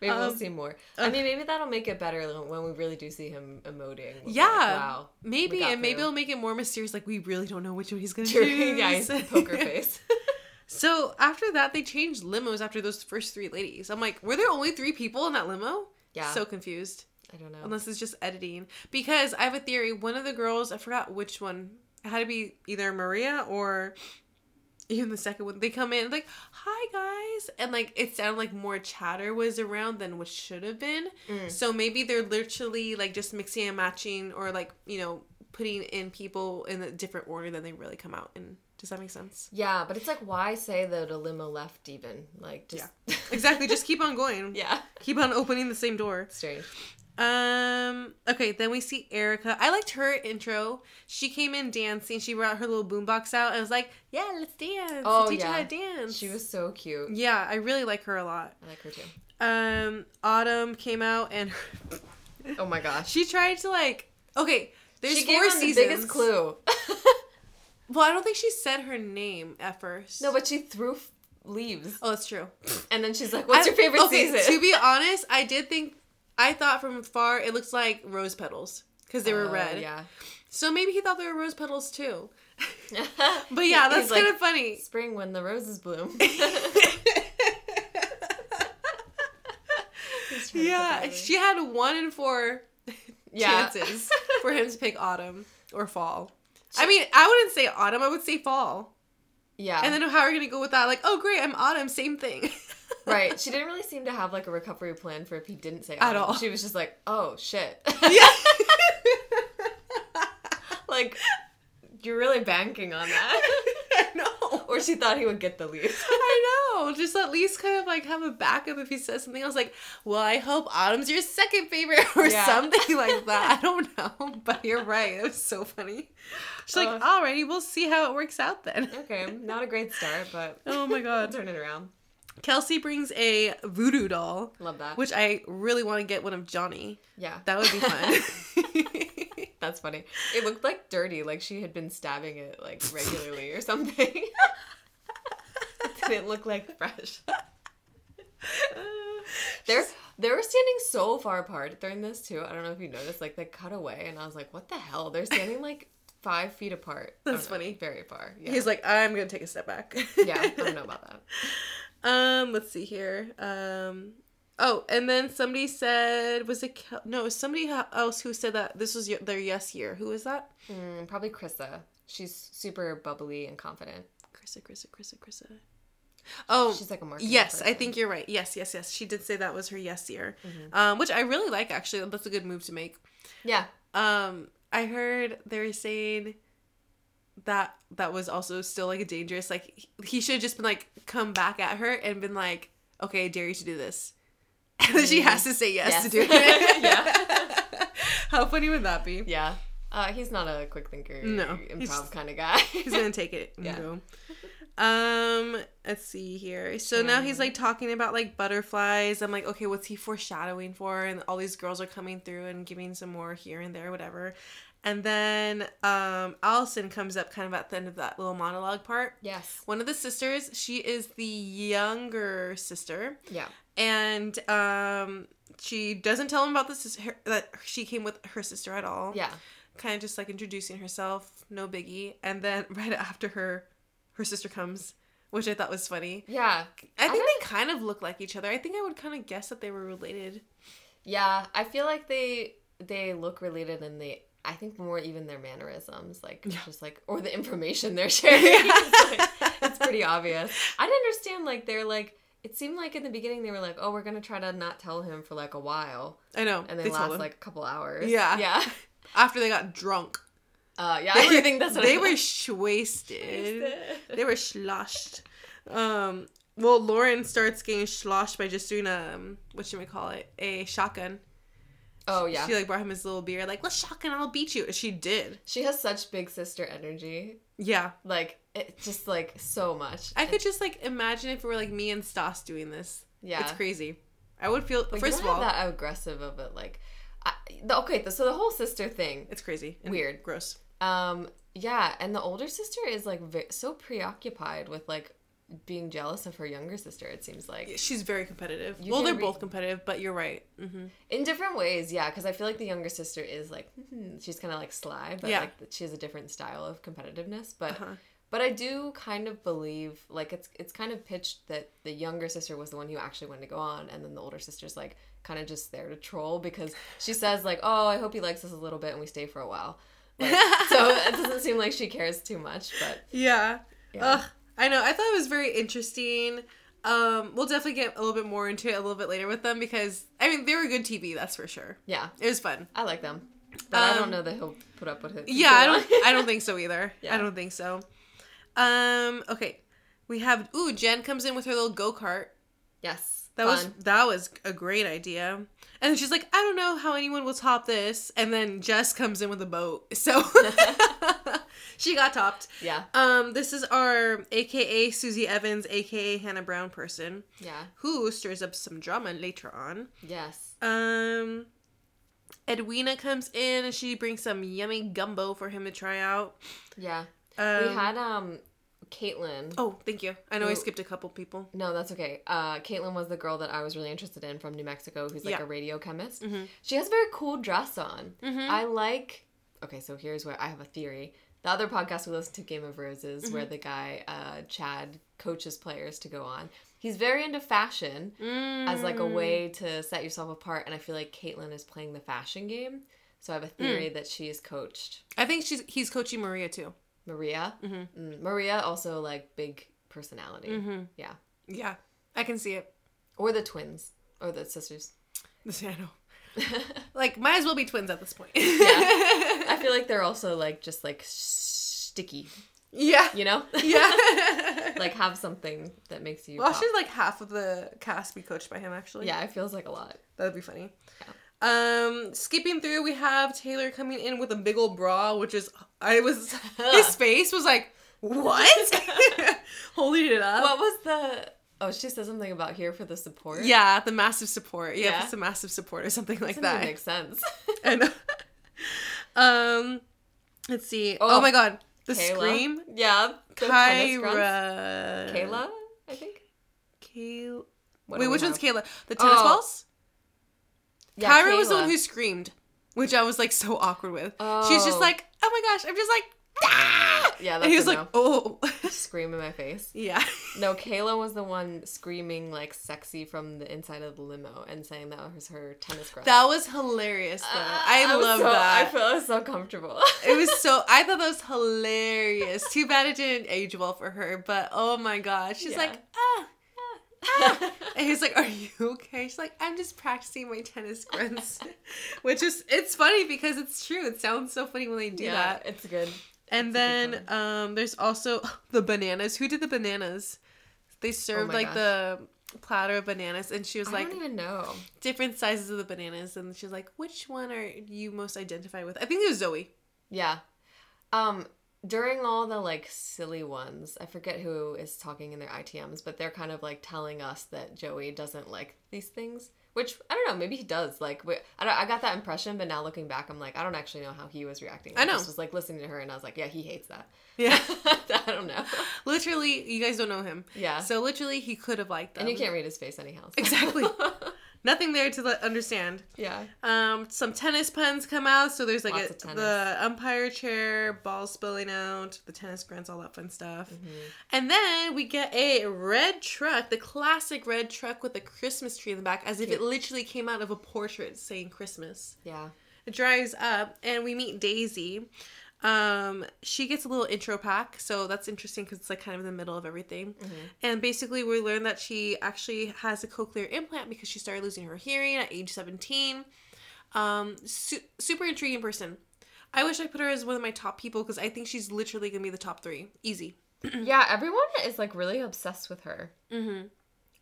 Maybe we'll
Um,
see more. I mean, maybe that'll make it better when we really do see him emoting. We'll be like,
Yeah.
wow.
Maybe,
We got
and maybe
through.
it'll make it more mysterious, like we really don't know which one he's gonna choose.
yeah, he's the poker face.
So after that, they changed limos after those first three ladies. I'm like, were there only three people in that limo?
Yeah.
So confused.
I don't know.
Oh. Unless it's just editing. Because I have a theory. One of the girls, I forgot which one, it had to be either Maria or even the second one. They come in like, hi guys. And like, it sounded like more chatter was around than what should have been. So maybe they're literally like just mixing and matching or like, you know, putting in people in a different order than they really come out in. Does that make sense?
yeah, but it's like why say that a limo left even like just
Exactly. Just keep on going.
yeah
Keep on opening the same door.
strange
Um. Okay. Then we see Erica. I liked her intro. She came in dancing. She brought her little boombox out and was like, "Yeah, let's dance.
Oh,
teach her how
yeah.
to dance."
she was so cute
Yeah, I really like her a lot.
I like her too
Um. Autumn came out and
oh my gosh
she tried to like. Okay. There's
she gave
four
him
seasons.
the biggest clue
Well, I don't think she said her name at first.
no but she threw f- leaves
Oh, that's true.
and then she's like what's
I-
your favorite
okay,
season
To be honest, I did think I thought from far it looks like rose petals because they were
Oh,
red.
yeah
So maybe he thought they were rose petals too. But yeah, that's
He's like,
kind of funny.
spring when the roses bloom He's trying to
yeah,
put
she had one in four
Yeah.
chances for him to pick autumn or fall. I mean, I wouldn't say autumn. I would say fall.
yeah
And then how are you gonna go with that? Like, oh great, I'm autumn. Same thing.
right she didn't really seem to have like a recovery plan for if he didn't say
At
autumn.
all.
she was just like oh shit
yeah.
like you're really banking on that
I know.
or she thought he would get the leaf
I know. Just at least kind of like have a backup if he says something else like, Well, I hope Autumn's your second favorite or
Yeah.
something like that. I don't know. But you're right. It was so funny. She's like,
Ugh.
Alrighty, we'll see how it works out then.
okay not a great start but
Oh my
i'll
god.
turn it around
Kelsey brings a voodoo doll,
love that
which I really want to get one of Johnny.
yeah
That would be fun.
that's funny it looked like dirty like she had been stabbing it like regularly or something it didn't look like fresh They're they were standing so far apart during this too. I don't know if you noticed, like they cut away, and I was like, "What the hell?" They're standing like five feet apart. I
That's
don't know,
funny.
Very far. Yeah.
He's like, I'm gonna take a step back.
yeah, I don't know about that.
Um, let's see here. Um, oh, and then somebody said, was it Kel- no? It was somebody ha- else who said that this was y- their yes year. Who was that?
Mm, probably Krista. She's super bubbly and confident.
Krista, Krista, Krista, Krista. Oh,
She's like a marketing.
yes, I
person. Mm-hmm.
think you're right. Yes, yes, yes. She did say that was her yes year, um, which I really like. Actually, that's a good move to make.
Yeah,
Um, I heard they were saying that that was also still like a dangerous. Like he- he should have just been like come back at her and been like, okay, I dare you to do this, and then she has to say yes,
Yes.
to do it. yeah. How funny would that be?
yeah. Uh, he's not a quick thinker,
No,
improv
he's just-
kind of guy.
He's gonna take it. and
Yeah.
go. Um, let's see here. So now he's like talking about like butterflies. I'm like, okay, what's he foreshadowing for? And all these girls are coming through and giving some more here and there, whatever. And then um Allison comes up kind of at the end of that little monologue part.
yes.
One of the sisters, she is the younger sister,
Yeah.
and um she doesn't tell him about the sis- her, that she came with her sister at all
Yeah.
kind of just like introducing herself, no biggie. And then right after her, her sister comes which I thought was funny.
Yeah.
I think
don't-
they kind of look like each other. I think I would kind of guess that they were related.
Yeah, I feel like they they look related and they I think more even their mannerisms, like it's just like or the information they're sharing. it's, like- it's pretty obvious. I didn't understand like they're like it seemed like in the beginning they were like, "Oh, we're going to try to not tell him for like a while."
I know.
And they,
they told
last
him.
like a couple hours.
Yeah.
Yeah.
after they got drunk.
Uh, yeah, I think that's what
they
I
were shwasted.
Shwasted.
they were sloshed. Um, well, Lauren starts getting sloshed by just doing a um, what should we call it? A shotgun.
Oh yeah.
She like brought him his little beer, like let's shotgun, I'll beat you. And she did.
She has such big sister energy.
Yeah,
Like it just like so much.
I could just like imagine if it were like me and Stas doing this.
yeah.
It's crazy. I would feel
Like, you
first of
don't
all,
have that aggressive of it like I, the, okay, so the whole sister thing.
it's crazy. and
Weird.
Gross.
Um, yeah, and the older sister is like ve- so preoccupied with like being jealous of her younger sister. It seems like
She's very competitive.
You
well,
can
they're
read-
both competitive, but you're right. hmm
in different ways, yeah. Because I feel like the younger sister is like "Hmm," she's kind of like sly, but
Yeah.
like she has a different style of competitiveness. But
Uh-huh.
but I do kind of believe like it's it's kind of pitched that the younger sister was the one who actually wanted to go on, and then the older sister's like kind of just there to troll because she says like, oh, I hope he likes us a little bit and we stay for a while. Like, so it doesn't seem like she cares too much, but
Yeah.
Yeah.
Ugh. I know. I thought it was very interesting. Um, we'll definitely get a little bit more into it a little bit later with them because I mean they were good TV, that's for sure.
yeah.
It was fun.
I like them, but I don't know that he'll put up with it.
Um, Yeah, I don't. I don't think so either.
Yeah.
I don't think so. Um. Okay. We have ooh. Jen comes in with her little go kart.
yes,
That
fun.
was that was a great idea. And she's like, I don't know how anyone will top this. And then Jess comes in with a boat. So she got topped.
yeah,
Um, this is our AKA Susie Evans, AKA Hannah Brown person,
yeah,
who stirs up some drama later on.
yes,
Um, Edwina comes in and she brings some yummy gumbo for him to try out.
yeah.
Um,
we had um, Caitlin.
Oh, thank you. I know I
Who-
skipped a couple people.
No, that's okay. Uh, Caitlin was the girl that I was really interested in from New Mexico, who's like
Yeah.
a radio chemist. She has a very cool dress on. I like. Okay, so here's where I have a theory. The other podcast we listened to, Game of Roses, where the guy uh, Chad coaches players to go on. He's very into fashion as like a way to set yourself apart, and I feel like Caitlin is playing the fashion game. So I have a theory that she is coached
I think she's he's coaching Maria too.
Maria. Mm, Maria also like big personality. Yeah,
Yeah, I can see it.
or the twins or the sisters.
I know. Like, might as well be twins at this point.
I feel like they're also like just like sticky,
yeah.
you know?
Yeah.
like have something that makes you.
well,
pop.
should like half of the cast be coached by him actually.
Yeah, it feels like a lot.
That'd be funny. Um, skipping through, we have Taylor coming in with a big old bra, which is I was his face was like what? Holding it up.
What was the? Oh, she said something about here for the support.
yeah, the massive support. Yeah,
Yeah.
it's a massive support or something like
doesn't
that.
that makes sense.
And um, let's see. Oh,
Oh,
my god, the
Kayla.
scream.
Yeah. the tennis grunts.
Kyra.
Kayla, I think.
Kayla. Wait,
What do we
which one's
have?
Kayla? The tennis
Oh,
balls.
Yeah,
Kyra was the one
Kayla.
who screamed, which I was like so awkward with. She's
Oh.
just like, oh my gosh, I'm just like, ah!
Yeah,
and
that's
he was
a
like,
no.
oh,
scream in my face.
yeah,
No, Kayla was the one screaming like sexy from the inside of the limo and saying that was her tennis grunts.
that was hilarious. Though I,
was
love
so- Ah, I
that.
feel so comfortable.
it was so. I thought that was hilarious. Too bad it didn't age well for her, but oh my gosh, she's
Yeah.
like, ah. ah, ah." And he's like, "Are you okay?" She's like, "I'm just practicing my tennis grunts," which is it's funny because it's true. It sounds so funny when they do that.
It's good.
And
That's a
then um, there's also the bananas. Who did the bananas? They served
Oh my
like
gosh.
the platter of bananas, and she was
I
like
don't even know.
different sizes of the bananas, and she was like, "Which one are you most identified with?" I think it was Zoe.
Yeah. Um during all the like silly ones, I forget who is talking in their ITMs, but they're kind of like telling us that Joey doesn't like these things, which I don't know, maybe he does. Like we, I don't, I got that impression, but now looking back, I'm like I don't actually know how he was reacting.
I know.
just was like listening to her and I was like, yeah, he hates that.
Yeah,
I don't know.
literally, you guys don't know him.
Yeah.
So literally, he could have liked them.
and you can't read his face anyhow. so.
exactly. nothing there to let, understand.
Yeah.
Um, some tennis puns come out, so there's like
Lots
a,
of tennis.
the umpire chair, balls spilling out, the tennis grounds, all that fun stuff.
Mm-hmm.
And then we get a red truck, the classic red truck with a Christmas tree in the back, as if it literally came out of a portrait saying Christmas.
Yeah.
It drives up, and we meet Daisy. Um, she gets a little intro pack, so that's interesting because it's like kind of in the middle of everything. And basically, we learn that she actually has a cochlear implant because she started losing her hearing at age 17. Um, su- super intriguing person. I wish I put her as one of my top people because I think she's literally gonna be the top three, easy.
Yeah, everyone is like really obsessed with her.
Mm-hmm.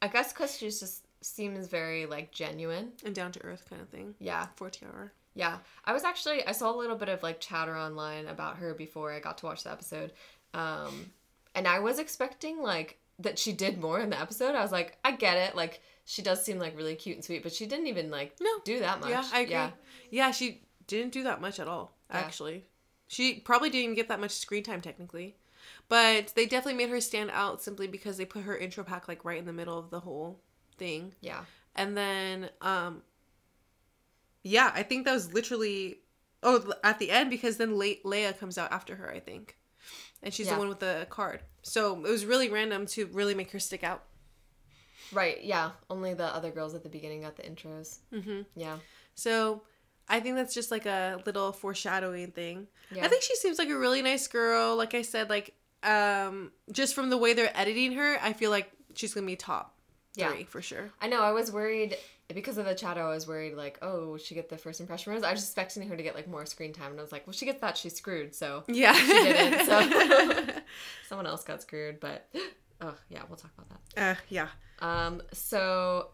I guess because she just seems very like genuine.
And down to earth kind of thing.
Yeah.
40 hour.
Yeah, I was actually I saw a little bit of like chatter online about her before I got to watch the episode, um, and I was expecting like that she did more in the episode. I was like, I get it, like she does seem like really cute and sweet, but she didn't even like
No.
do that much.
Yeah, I agree. Yeah. she didn't do that much at all,
Yeah.
actually. She probably didn't even get that much screen time technically. But they definitely made her stand out simply because they put her intro pack like right in the middle of the whole thing.
yeah,
And then um yeah, I think that was literally oh at the end because then Le- Leia comes out after her, I think. And she's
Yeah.
the one with the card. So it was really random to really make her stick out.
right. Yeah, only the other girls at the beginning got the intros. Mm-hmm. Yeah,
So I think that's just like a little foreshadowing thing.
Yeah.
I think she seems like a really nice girl. Like I said, like um just from the way they're editing her, I feel like she's gonna be top
Yeah.
three for sure.
I know. I was worried because of the chatter. I was worried like, oh, will she get the first impression rose? I was expecting her to get like more screen time, and I was like, well, she gets that, she's screwed. So
Yeah.
she didn't. So someone else got screwed, but oh yeah, we'll talk about that.
uh, yeah.
Um, so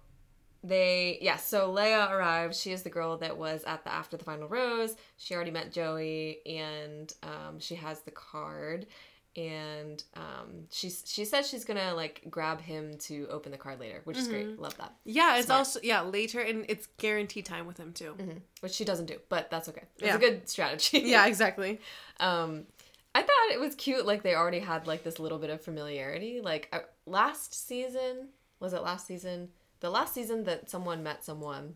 they yeah, so Leia arrives. She is the girl that was at the after the final rose. She already met Joey, and um, she has the card. And um, she she says she's gonna like grab him to open the card later, which is great. Love that.
Yeah, it's
Smart.
also yeah, later and it's guaranteed time with him too.
Which she doesn't do, but that's okay. It's
Yeah.
a good strategy.
Mm-hmm. Yeah, exactly.
Um, I thought it was cute. Like they already had like this little bit of familiarity. Like I, last season, was it last season? The last season that someone met someone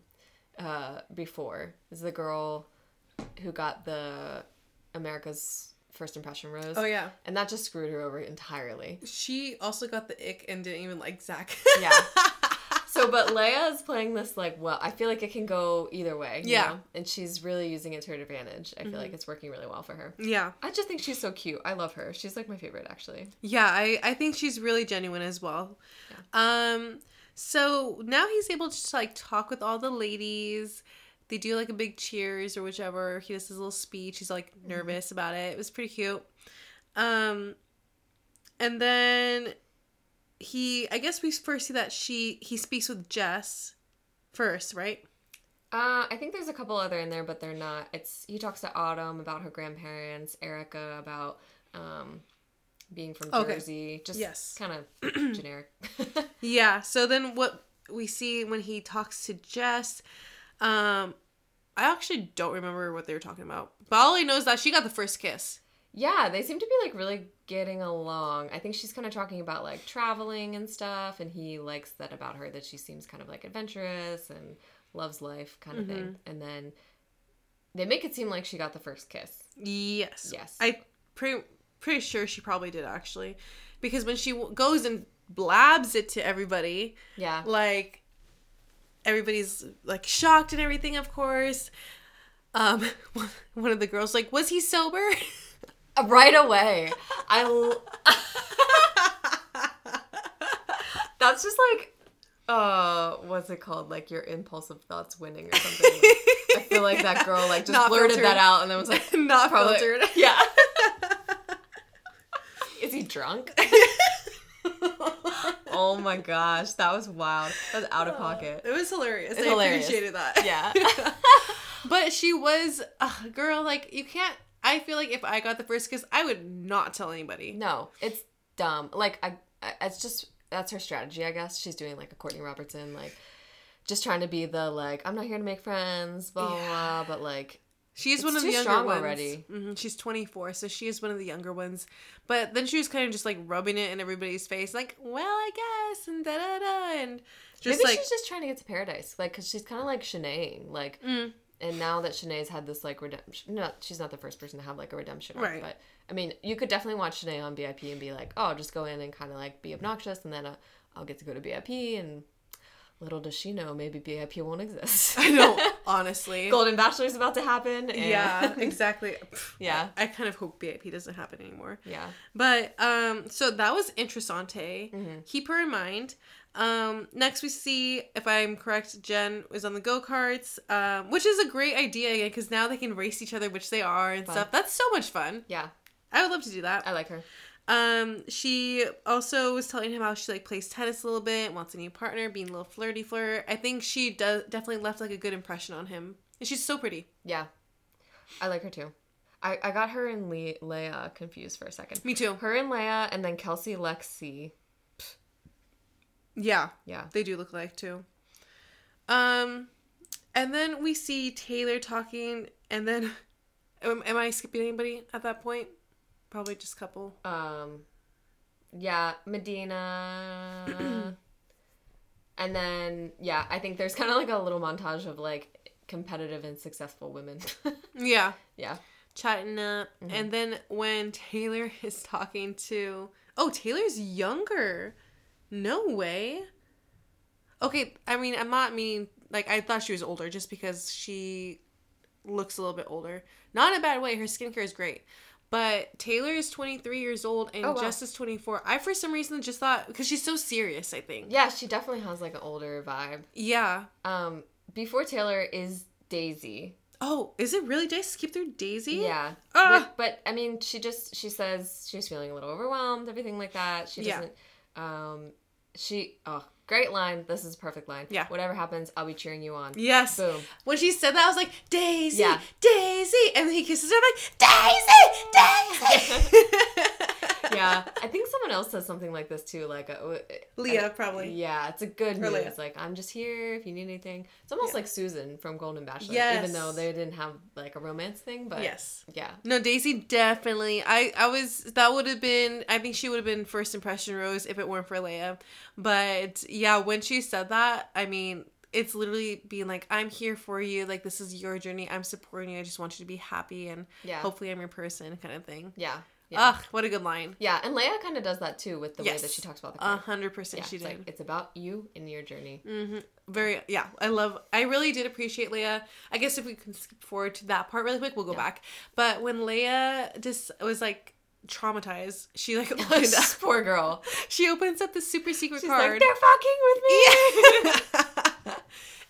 uh, before is the girl who got the America's First Impression Rose.
Oh yeah.
And that just screwed her over entirely.
She also got the ick and didn't even like Zach.
Yeah. So, but Leia is playing this like well. I feel like it can go either way. you
Yeah. Mm-hmm.
know? And she's really using it to her advantage. I feel like it's working really well for her.
yeah.
I just think she's so cute. I love her. She's like my favorite, actually.
Yeah, I, I think she's really genuine as well. Um so now he's able to like talk with all the ladies. They do like a big cheers or whichever. He does his little speech. He's like nervous about it. It was pretty cute. Um and then he I guess we first see that she he speaks with Jess first, right?
Uh, I think there's a couple other in there, but they're not. It's he talks to Autumn about her grandparents, Erica about um, being from
Okay.
Jersey, just
Yes.
kind of generic.
Yeah. So then what we see when he talks to Jess, um, I actually don't remember what they were talking about. But all I know is that she got the first kiss.
yeah, they seem to be like really getting along. I think she's kind of talking about like traveling and stuff, and he likes that about her that she seems kind of like adventurous and loves life kind of thing.
Mm-hmm.
And then they make it seem like she got the first kiss.
Yes.
Yes.
I pretty pretty sure she probably did actually, because when she w- goes and blabs it to everybody,
Yeah.
like everybody's like shocked and everything. Of course, um, one of the girls like, was he sober?
right away. I. L- That's just like, uh, what's it called? Like your impulsive thoughts winning or something. I feel like that girl like just
Not
blurted
filtered.
that out and then was like,
Not
probably,
filtered.
yeah. Is he drunk? oh my gosh, that was wild. That was out of pocket.
It was hilarious. I
hilarious.
appreciated that.
Yeah.
But she was a girl. Like you can't. I feel like if I got the first kiss, I would not tell anybody.
No, it's dumb. Like I, I it's just that's her strategy, I guess. She's doing like a Courtney Robertson, like just trying to be the like I'm not here to make friends, blah blah, blah but like
She's one
It's
of the
too
younger
strong
ones.
already.
hmm She's 24, so she is one of the younger ones. But then she was kind of just like rubbing it in everybody's face, like, "Well, I guess," and da da da, and Just
Maybe
like
she's just trying to get to paradise, like because she's kind of like Shanae, like.
Mm.
And now that Shanae's had this like redemption, no, she's not the first person to have like a redemption arc,
Right.
but I mean, you could definitely watch Shanae on BIP and be like, oh, just go in and kind of like be obnoxious, and then uh, I'll get to go to BIP, and little does she know, maybe BIP won't exist.
I know, honestly.
Golden Bachelor's about to happen. and-
yeah, exactly. Pff,
Yeah.
I kind of hope BIP doesn't happen anymore.
yeah.
But um, so that was Interessante. Keep her in mind. Um, next we see, if I'm correct, Jen is on the go karts, um, which is a great idea because now they can race each other, which they are and
Fun.
stuff. That's so much fun.
Yeah.
I would love to do that.
I like her.
Um, she also was telling him how she like plays tennis a little bit, wants a new partner, being a little flirty flirt. I think she does definitely left like a good impression on him. And she's so pretty.
Yeah. I like her too. I, I got her and Le- Leia confused for a second.
Me too.
Her and Leia, and then Kelsey Lexi.
Yeah.
Yeah.
They do look alike too. Um, and then we see Taylor talking, and then am, am I skipping anybody at that point? Probably just a couple.
Um, yeah, Medina. and then, yeah, I think there's kind of like a little montage of like competitive and successful women.
Yeah,
yeah.
chatting up,
Mm-hmm.
and then when Taylor is talking to oh Taylor's younger, no way. Okay, I mean I'm not meaning like I thought she was older just because she looks a little bit older. Not in a bad way. Her skincare is great. But Taylor is 23 years old and
Oh, wow.
Jess is 24. I, for some reason, just thought, because she's so serious, I think.
Yeah, she definitely has like an older vibe.
Yeah.
Um, before Taylor is Daisy.
Oh, is it really Jess? Skip through Daisy?
Yeah.
Ah!
With- but I mean, she just she says she's feeling a little overwhelmed, everything like that. She
Yeah.
doesn't. Um, she oh, great line. This is a perfect line.
Yeah.
Whatever happens, I'll be cheering you on.
Yes.
Boom.
When she said that, I was like, Daisy,
Yeah.
Daisy. And then he kisses her. I'm like, Daisy, Daisy.
Yeah. I think someone else says something like this too. Like, uh,
Leah, probably.
yeah, it's a good
Or
news.
Leah.
Like, I'm just here if you need anything. It's almost like Susan from Golden Bachelor,
Yes.
even though they didn't have like a romance thing. But
Yes.
yeah,
No, Daisy definitely. I I was that would have been. I think she would have been first impression Rose if it weren't for Leia. But yeah, when she said that, I mean, it's literally being like, "I'm here for you. Like this is your journey. I'm supporting you. I just want you to be happy and
Yeah.
hopefully I'm your person," kind of thing.
yeah, yeah,
Ugh, what a good line.
yeah. And Leia kind of does that too with the way that
Uh, Yes.
she talks about the.
A
card.
hundred
yeah,
percent, she
it's
did. Mm.
like it's about you and your journey.
Very yeah, I love. I really did appreciate Leia. I guess if we can skip forward to that part really quick, we'll go back. But when Leia just was like traumatized, she like opened up.
this poor girl.
She opens up the super secret
She's like,
card.
they're fucking with me.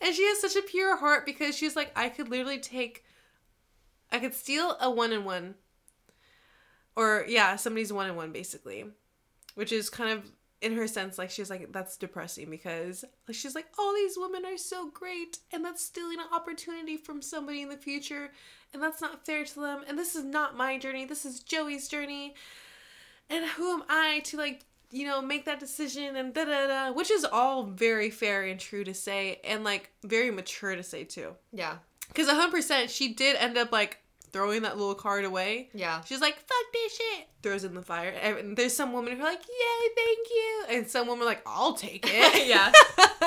and she has such a pure heart because she's like, I could literally take, I could steal a one in one. Or, yeah, somebody's one in one, basically. Which is kind of, in her sense, like, she's like, that's depressing because like, she's like, all these women are so great and that's stealing an opportunity from somebody in the future and that's not fair to them. And this is not my journey. This is Joey's journey and who am I to like you know make that decision and da da da, which is all very fair and true to say, and like very mature to say too.
Yeah,
Because hundred percent, she did end up like throwing that little card away.
yeah,
She's like, "Fuck this shit," throws it in the fire, and there's some women who are like, "Yay, thank you," and some women are like, "I'll take it."
Yeah.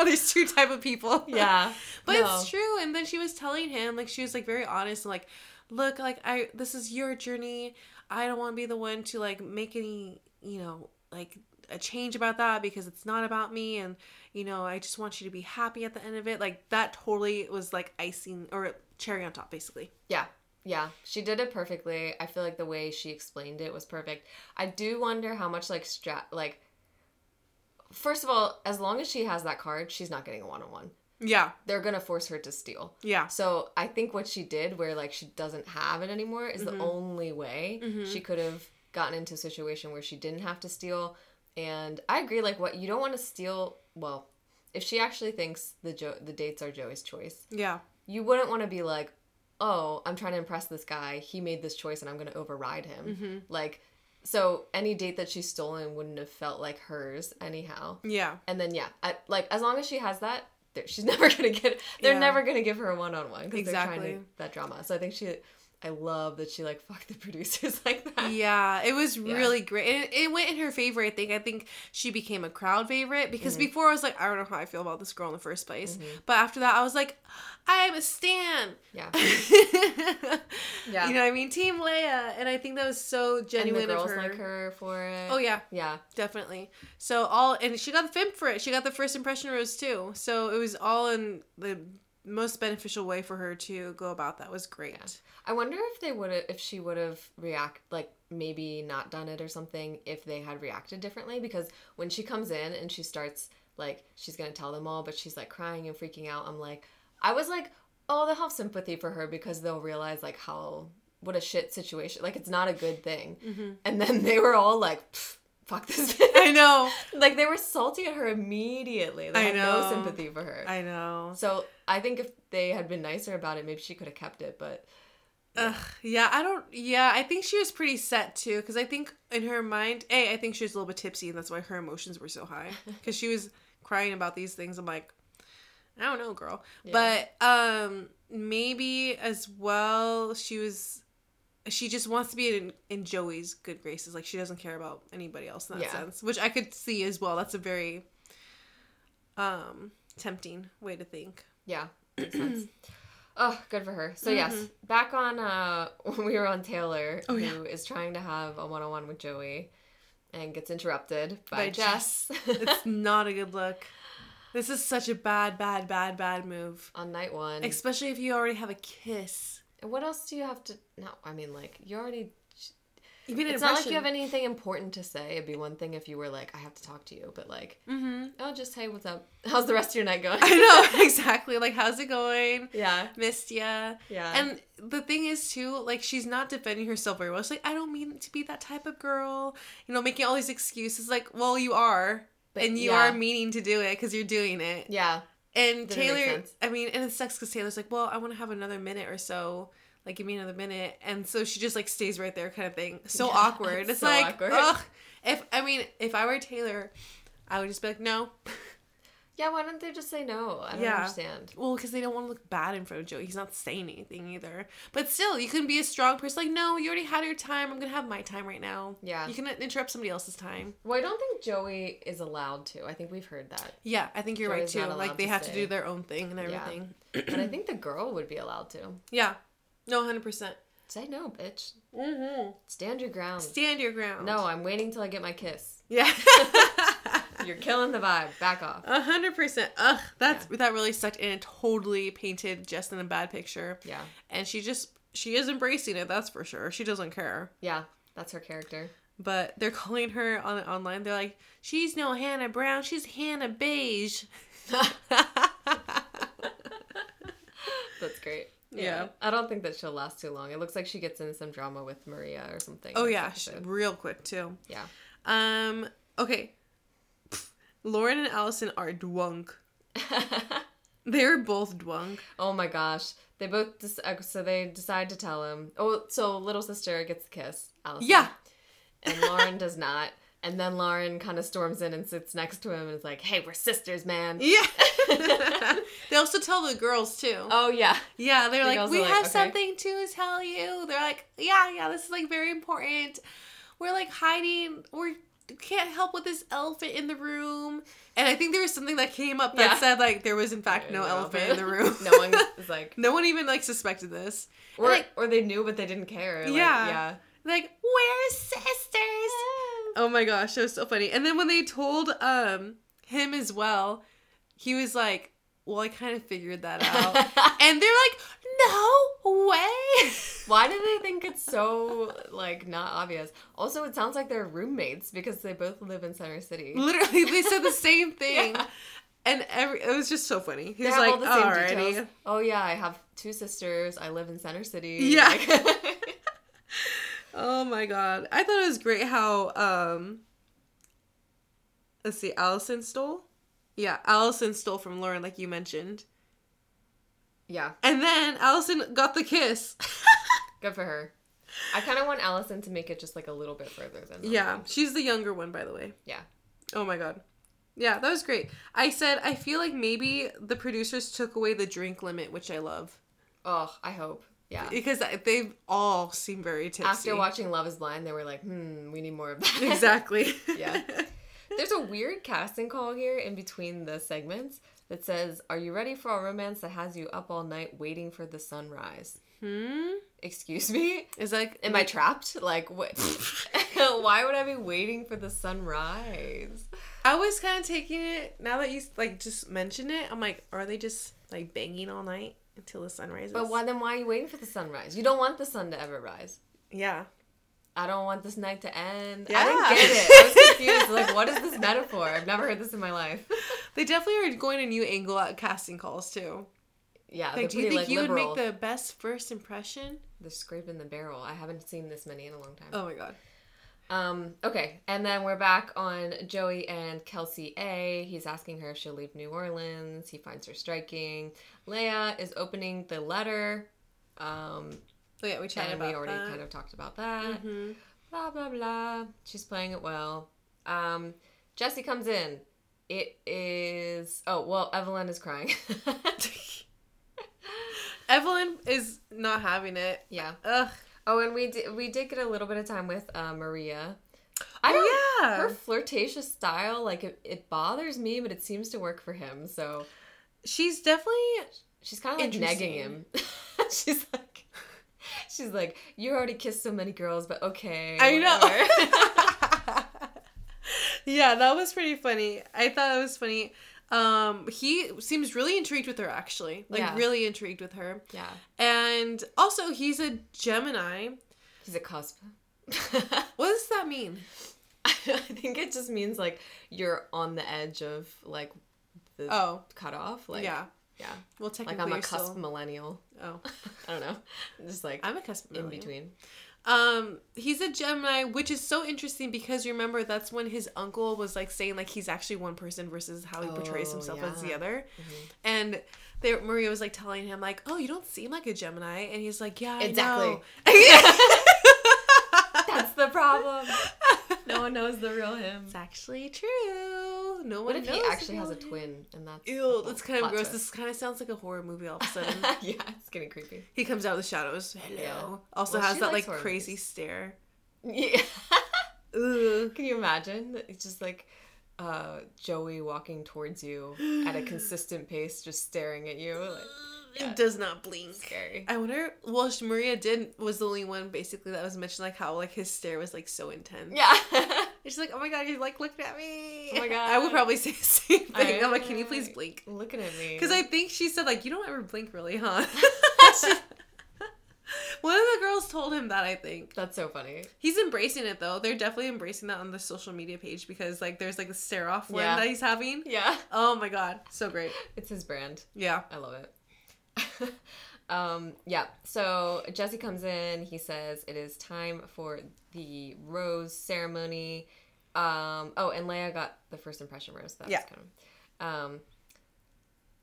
there's two type of people.
yeah.
But
No.
it's true. And then she was telling him, like, she was like very honest and like, look, like I this is your journey. I don't want to be the one to like make any, you know, like a change about that because it's not about me and you know, I just want you to be happy at the end of it. Like that totally was like icing or cherry on top basically.
Yeah. Yeah. She did it perfectly. I feel like the way she explained it was perfect. I do wonder how much like stra- like first of all, as long as she has that card, she's not getting a one on one.
Yeah.
They're gonna force her to steal.
Yeah.
So I think what she did where like she doesn't have it anymore is the only way she could have gotten into a situation where she didn't have to steal. And I agree, like what you don't want to steal well, if she actually thinks the jo- the dates are Joey's choice,
Yeah.
you wouldn't want to be like, oh, I'm trying to impress this guy. He made this choice and I'm going to override him.
Mm-hmm.
Like, so any date that she's stolen wouldn't have felt like hers anyhow.
Yeah.
And then, yeah, I, like as long as she has that, there- she's never going to get, they're
Yeah.
never going to give her a one on one because they're trying
Exactly.
to, that drama. So I think she, I love that she like fucked the producers like that.
Yeah, it was
Yeah.
really great. And it, it went in her favor, I think. I think she became a crowd favorite because
Mm-hmm.
before I was like, I don't know how I feel about this girl in the first place. But after that, I was like, I'm a Stan.
Yeah.
yeah.
Yeah.
You know what I mean? Team Leia. And I think that was so genuine
and the girls
of her.
like her for it.
Oh, yeah,
Yeah.
definitely. So, all, and she got the fimp for it. She got the first impression rose too. So, it was all in the most beneficial way for her to go about that was great.
I wonder if they would have, if she would have react like maybe not done it or something if they had reacted differently because when she comes in and she starts like she's gonna tell them all but she's like crying and freaking out. I'm like, I was like, oh, they'll have sympathy for her because they'll realize like how what a shit situation. Like it's not a good thing. And then they were all like, "Pff, fuck this. bitch."
Mm-hmm. I know.
like they were salty at her immediately. They
I
had no
know.
sympathy for her.
I know.
so I think if they had been nicer about it, maybe she could have kept it. But
Ugh, yeah, I don't. Yeah, I think she was pretty set too, because I think in her mind, a, I think she was a little bit tipsy, and that's why her emotions were so high, because she was crying about these things. I'm like, I don't know, girl, but um, maybe as well, she was, she just wants to be in in Joey's good graces, like she doesn't care about anybody else in that
Yeah.
sense, which I could see as well. That's a very um tempting way to think.
Yeah, makes sense. Oh, good for her. So yes,
Mm-hmm.
back on uh when we were on Taylor,
Oh,
who is trying to have a one on one with Joey and gets interrupted by,
By
Jess,
It's not a good look. This is such a bad, bad, bad, bad move.
on night one.
Especially if you already have a kiss.
what else do you have to no, I mean like you already
Even in
it's not like you have anything important to say. It'd be one thing if you were like, I have to talk to you, but like,
hmm
oh just hey, what's up? How's the rest of your night going?
I know exactly. Like, how's it going?
yeah.
Missed ya.
Yeah.
And the thing is too, like she's not defending herself very well. She's like, I don't mean to be that type of girl. You know, making all these excuses. Like, well, you are,
But-
and you
yeah.
are meaning to do it because you're doing it.
yeah.
And
Didn't make
Taylor,
sense.
I mean, and it sucks because Taylor's like, well, I want to have another minute or so. Like, give me another minute. And so she just like stays right there, kind of thing. So
Yeah,
awkward.
it's
It's
so
like,
awkward.
ugh. If I mean, if I were Taylor, I would just be like, no.
Yeah, why don't they just say no? I don't
Yeah.
understand.
Well, because they don't want to look bad in front of Joey. He's not saying anything either. But still, you can be a strong person. Like, no, you already had your time. I'm gonna have my time right now.
Yeah.
You can interrupt somebody else's time.
Well, I don't think Joey is allowed to. I think we've heard that.
Yeah, I think you're
Joey's
right
not
too.
allowed
Like they
to
have to
say.
do their own thing and everything.
but I think the girl would be allowed to.
Yeah. No, hundred percent.
Say no, bitch.
Mm-hmm.
Stand your ground.
Stand your ground.
no, I'm waiting till I get my kiss.
Yeah.
You're killing the vibe. Back off.
A hundred percent. Ugh, that's that really sucked, and it totally painted Jess in a bad picture.
Yeah.
And she just she is embracing it. That's for sure. She doesn't care.
Yeah. That's her character.
But they're calling her on online. They're like, she's no Hannah Brown. She's Hannah Beige.
That's great.
Yeah.
I don't think that she'll last too long. It looks like she gets into some drama with Maria or something.
Oh
next
yeah, she-
episode.
real quick too.
Yeah.
Um. Okay. Lauren and Allison are dwunk. They're both dwunk.
oh my gosh. They both dis- uh, so they decide to tell him. Oh, so little sister gets the kiss. Allison.
Yeah.
and Lauren does not. And then Lauren kind of storms in and sits next to him and is like, "Hey, we're sisters, man."
Yeah. they also tell the girls too.
Oh yeah,
Yeah, they're
The
like,
girls
we
are like,
have
"Okay."
something to tell you. They're like, yeah, yeah, this is like very important. We're like hiding. We're can't help with this elephant in the room. And I think there was something that came up that
Yeah.
said like there was in fact no
There's an
elephant in the room.
no one is like,
no one even like suspected this.
or
Like-
or they knew but they didn't care. Like,
Yeah.
yeah,
Like we're sisters. Oh my gosh, that was so funny. And then when they told um him as well, he was like, well, I kind of figured that out. and they're like, no way.
Why do they think it's so like not obvious? Also, it sounds like they're roommates because they both live in Center City.
Literally, they said the same thing.
Yeah.
And every it was just so funny. He
They
was
have
like,
all the same
alrighty.
details. Oh yeah, I have two sisters. I live in Center City.
Yeah.
Like-
Oh my god. I thought it was great how um let's see, Allison stole? Yeah, Allison stole from Lauren, like you mentioned.
yeah.
And then Allison got the kiss.
Good for her. I kind of want Allison to make it just like a little bit further than. that.
yeah. She's the younger one, by the way.
Yeah.
Oh my god. Yeah, that was great. I said I feel like maybe the producers took away the drink limit, which I love.
Oh, I hope. Yeah.
because they've all seem very tipsy.
After watching Love is Blind, they were like, hmm, we need more of that.
exactly.
Yeah. There's a weird casting call here in between the segments that says, Are you ready for a romance that has you up all night waiting for the sunrise?
hmm.
Excuse me?
It's like
Am I trapped? Like, what? Why would I be waiting for the sunrise?
I was kind of taking it now that you like just mentioned it. I'm like, are they just like banging all night until the sun rises?
But why then? Why are you waiting for the sunrise? You don't want the sun to ever rise.
Yeah.
I don't want this night to end. I
Yeah.
didn't get it. I was confused. like, what is this metaphor? I've never heard this in my life.
They definitely are going a new angle at casting calls too.
Yeah,
Like,
they're
do you
pretty,
think
like,
you
liberal.
would make the best first impression?
They're scraping the barrel. I haven't seen this many in a long time.
Oh my god.
Um, okay, and then we're back on Joey and Kelsey A. He's asking her if she'll leave New Orleans. He finds her striking. Leah is opening the letter. Um,
Oh, yeah, we chatted
and
about
we already
that.
kind of talked about that.
Mhm.
Blah, blah, blah. She's playing it well. Um, Jesse comes in. It is. Oh, well, Evelyn is crying.
Evelyn is not having it.
yeah.
Ugh.
Oh, and we, di- we did get a little bit of time with uh, Maria. I don't
oh, yeah.
her flirtatious style like it, it bothers me but it seems to work for him so
She's definitely
she's kind of like
Interesting.
negging him she's like she's like you already kissed so many girls but okay
I
whatever."
know. yeah, that was pretty funny. I thought it was funny. Um, he seems really intrigued with her actually. Like
Yeah.
really intrigued with her.
yeah
And also he's a Gemini.
he's a cusp
What does that mean?
i think it just means like you're on the edge of like the
Oh,
cutoff like
yeah.
yeah
Well,
like
technically
i'm a
you're
cusp
still-
millennial
Oh,
i don't know just like
I'm a cusp
in
millennial.
between
Um, he's a Gemini, which is so interesting because remember that's when his uncle was like saying like he's actually one person versus how he portrays
Oh,
himself as the
yeah. Mm-hmm.
other, and they, Maria was like telling him like, "Oh, you don't seem like a Gemini," and he's like, "Yeah, I know."
Exactly. that's the problem no one knows the real him
it's actually true. No one.
What if
knows
he actually
about
has a
it.
twin and that's
Ew, that's kind of
plot
gross.
twist.
This kind of sounds like a horror movie all of a sudden.
yeah, it's getting creepy.
he comes out of the shadows. Hello.
Yeah.
Also
Well,
has
she
that
likes
like
horror
crazy
movies.
stare.
Yeah.
Ugh.
Can you imagine? It's just like uh, Joey walking towards you at a consistent pace, just staring at you. Like, Yeah.
It does not blink.
scary.
I wonder. Well, sh- Maria did was the only one basically that was mentioned like how like his stare was like so intense.
Yeah.
she's like, oh my god, you're like looking at me.
Oh my God.
I would probably say the same thing.
I
I'm like, can you
know.
please blink?
Looking at me.
Because I think she said like, you don't ever blink really, huh? one of the girls told him that I think
That's so funny.
he's embracing it though. They're definitely embracing that on the social media page because like there's like a stare off one
Yeah.
that he's having.
Yeah.
Oh my god, so great.
It's his brand.
Yeah.
I love it. um, yeah. So Jesse comes in. He says it is time for the rose ceremony. Um, oh, and Leia got the first impression rose. That
Yeah.
was kind of. Um,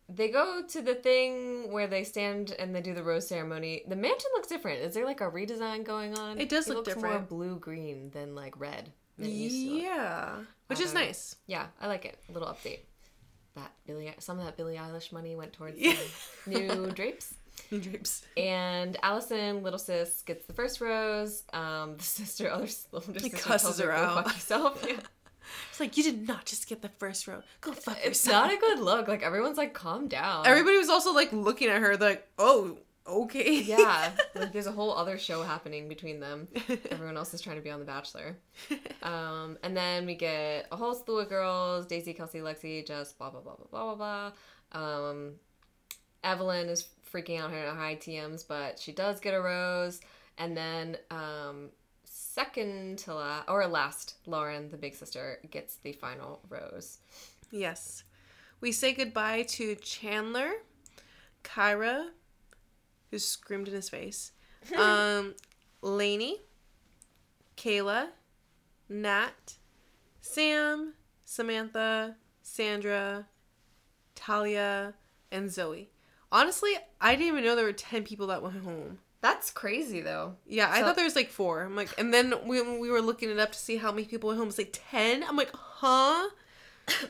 they go to the thing where they stand and they do the rose ceremony. The mansion looks different. Is there like a redesign going on?
It does
it
look
looks More
different.
blue green than like red. Than it used to look.
Yeah. Which is
don't-
nice.
Yeah, I like it. A little update. That Billy, some of that Billie Eilish money went towards
Yeah.
the new drapes.
Drapes.
And Allison, little sis, gets the first rose. Um, the sister, other s- older sister,
cusses
tells her,
her
"Go
out."
Fuck yourself. Yeah.
It's like you did not just get the first row. Go fuck
It's
yourself.
not a good look. Like everyone's like, calm down.
Everybody was also like looking at her like, oh, okay.
yeah, like there's a whole other show happening between them. Everyone else is trying to be on The Bachelor. Um, and then we get a whole slew of girls: Daisy, Kelsey, Lexi, Jess, blah blah blah blah blah blah blah. Um, Evelyn is freaking out her high TMs, but she does get a rose. And then um, second to last, or last, Lauren, the big sister, gets the final rose.
yes. We say goodbye to Chandler, Kyra, who screamed in his face, um, Lainey, Kayla, Nat, Sam, Samantha, Sandra, Talia, and Zoe. Honestly, I didn't even know there were 10 people that went home.
That's crazy, though.
Yeah, I
So-
thought there was like four. I'm like, and then when we were looking it up to see how many people went home, it's like ten. I'm like, huh?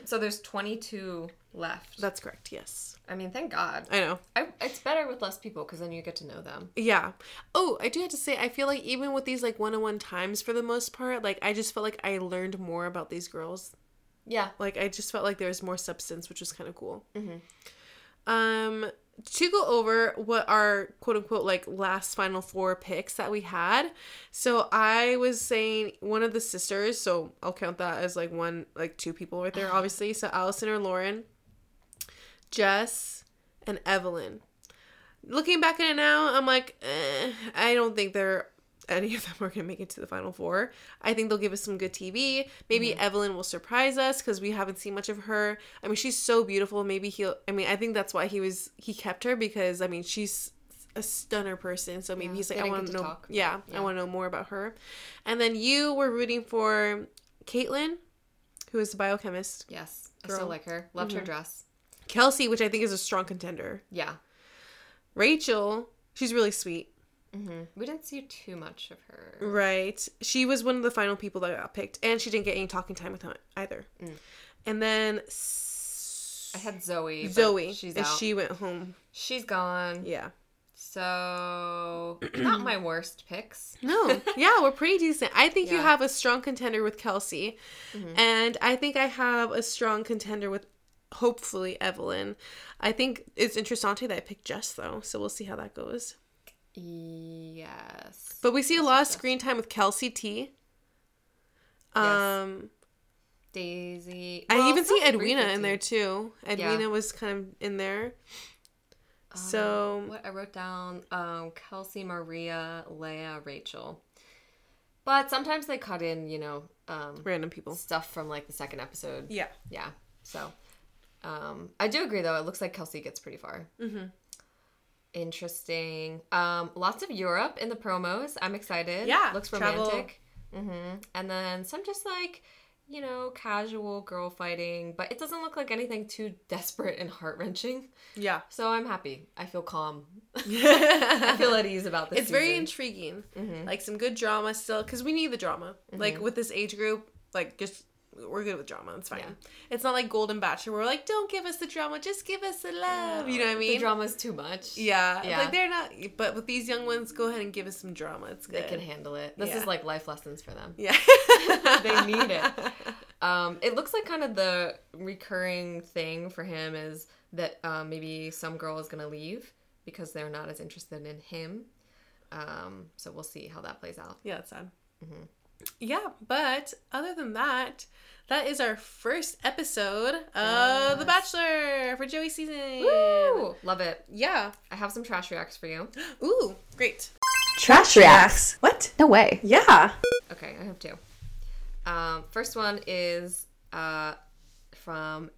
so there's 22 left.
That's correct. Yes.
I mean, thank God.
I know.
I, it's better with less people because then you get to know them.
Yeah. Oh, I do have to say, I feel like even with these like one on one times for the most part, like I just felt like I learned more about these girls.
Yeah.
Like I just felt like there was more substance, which was kind of cool. Um, to go over what our quote unquote like last final four picks that we had. So I was saying one of the sisters, so I'll count that as like one, like two people right there, obviously. So Allison or Lauren, Jess, and Evelyn. Looking back at it now, I'm like, eh, I don't think they're any of them are gonna make it to the final four. I think they'll give us some good TV. Maybe
Mm-hmm.
Evelyn will surprise us because we haven't seen much of her. I mean, she's so beautiful. Maybe he'll. I mean, I think that's why he was he kept her because I mean she's a stunner person. So maybe
Yeah,
he's like,
they
I
didn't
want
get
to
to
know.
talk.
Yeah, I
Yeah.
want to know more about her. And then you were rooting for Caitlin, who is the biochemist.
Yes. I
Girl. Mm-hmm.
still like her. Loved her dress.
Kelsey, which I think is a strong contender.
Yeah.
Rachel, she's really sweet.
hmm We didn't see too much of her.
Right. She was one of the final people that got picked, and she didn't get any talking time with him either. And then s-
Mm. I had Zoe. but
Zoe,
She's
and
out.
she went home.
She's gone.
Yeah.
So not my worst picks.
No. yeah, we're pretty decent. I think you
Yeah. Mm-hmm.
have a strong contender with Kelsey, and I think I have a strong contender with hopefully Evelyn. I think it's interessante that I picked Jess though, so we'll see how that goes.
Yes.
But we see a lot of screen time with Kelsey T. Um.
Daisy.
I
Well,
even see
not
Edwina
briefly
in there too. Edwina was kind of in there. Um, So
What I wrote down um, Kelsey, Maria, Leia, Rachel. But sometimes they cut in, you know, um,
random people.
stuff from like the second episode.
Yeah.
Yeah. So um, I do agree though. It looks like Kelsey gets pretty far. Mm-hmm. Interesting. Um, lots of Europe in the promos. I'm excited.
Yeah,
Looks
travel.
romantic. Mm-hmm. And then some just like, you know, casual girl fighting, but it doesn't look like anything too desperate and heart wrenching.
Yeah.
So I'm happy. I feel calm. I
it's
feel at ease about this.
very
season.
intriguing. Like some good drama still cuz we need the drama. Like with this age group, like just we're good with drama. It's fine.
Yeah.
It's not like Golden Bachelor where we're like don't give us the drama, just give us the love. You know what I mean?
The drama's too much.
yeah.
Yeah.
Like they're not but with these young ones, go ahead and give us some drama. It's
They
good.
can handle it. This
Yeah.
is like life lessons for them.
yeah.
they need it. Um, it looks like kind of the recurring thing for him is that um, maybe some girl is going to leave because they're not as interested in him. Um, so we'll see how that plays out.
Yeah, it's sad.
Mm-hmm.
Yeah, but other than that, that is our first episode of The Bachelor for Joey season.
Woo! Love it.
Yeah.
I have some trash reacts for you.
Ooh, great.
Trash reacts.
What?
No way.
Yeah.
Okay, I have two. Um, first one is uh, from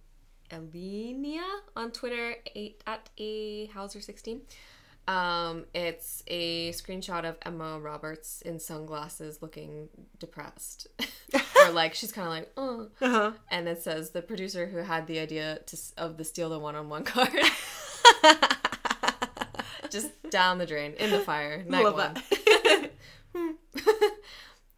Elenia on Twitter eight, at a Hauser sixteen. Um, it's a screenshot of Emma Roberts in sunglasses, looking depressed, or like she's kind of like, oh.
Uh-huh.
And it says the producer who had the idea to, s- of the steal the one on one card, just down the drain in the fire. Night
Love
one.
that.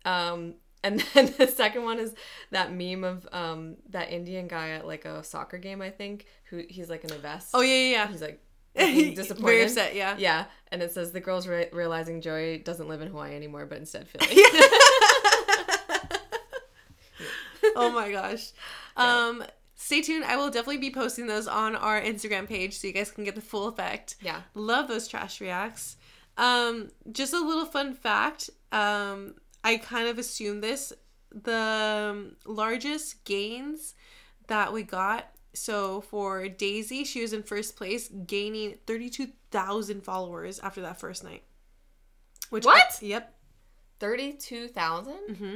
Um, and then the second one is that meme of um, that Indian guy at like a soccer game, I think, who he's like in a vest.
oh, yeah, yeah,
he's like
yeah.
looking disappointed.
Very upset, yeah.
Yeah, and it says the girl's re- realizing Joey doesn't live in Hawaii anymore, but instead Philly.
Oh my gosh. Um, stay tuned. I will definitely be posting those on our Instagram page so you guys can get the full effect.
Yeah.
Love those trash reacts. Um, just a little fun fact. Um, I kind of assumed this. The um, largest gains that we got. So for Daisy, she was in first place, gaining thirty-two thousand followers after that first night. Which
What?
yep,
Thirty-two thousand.
Mm-hmm.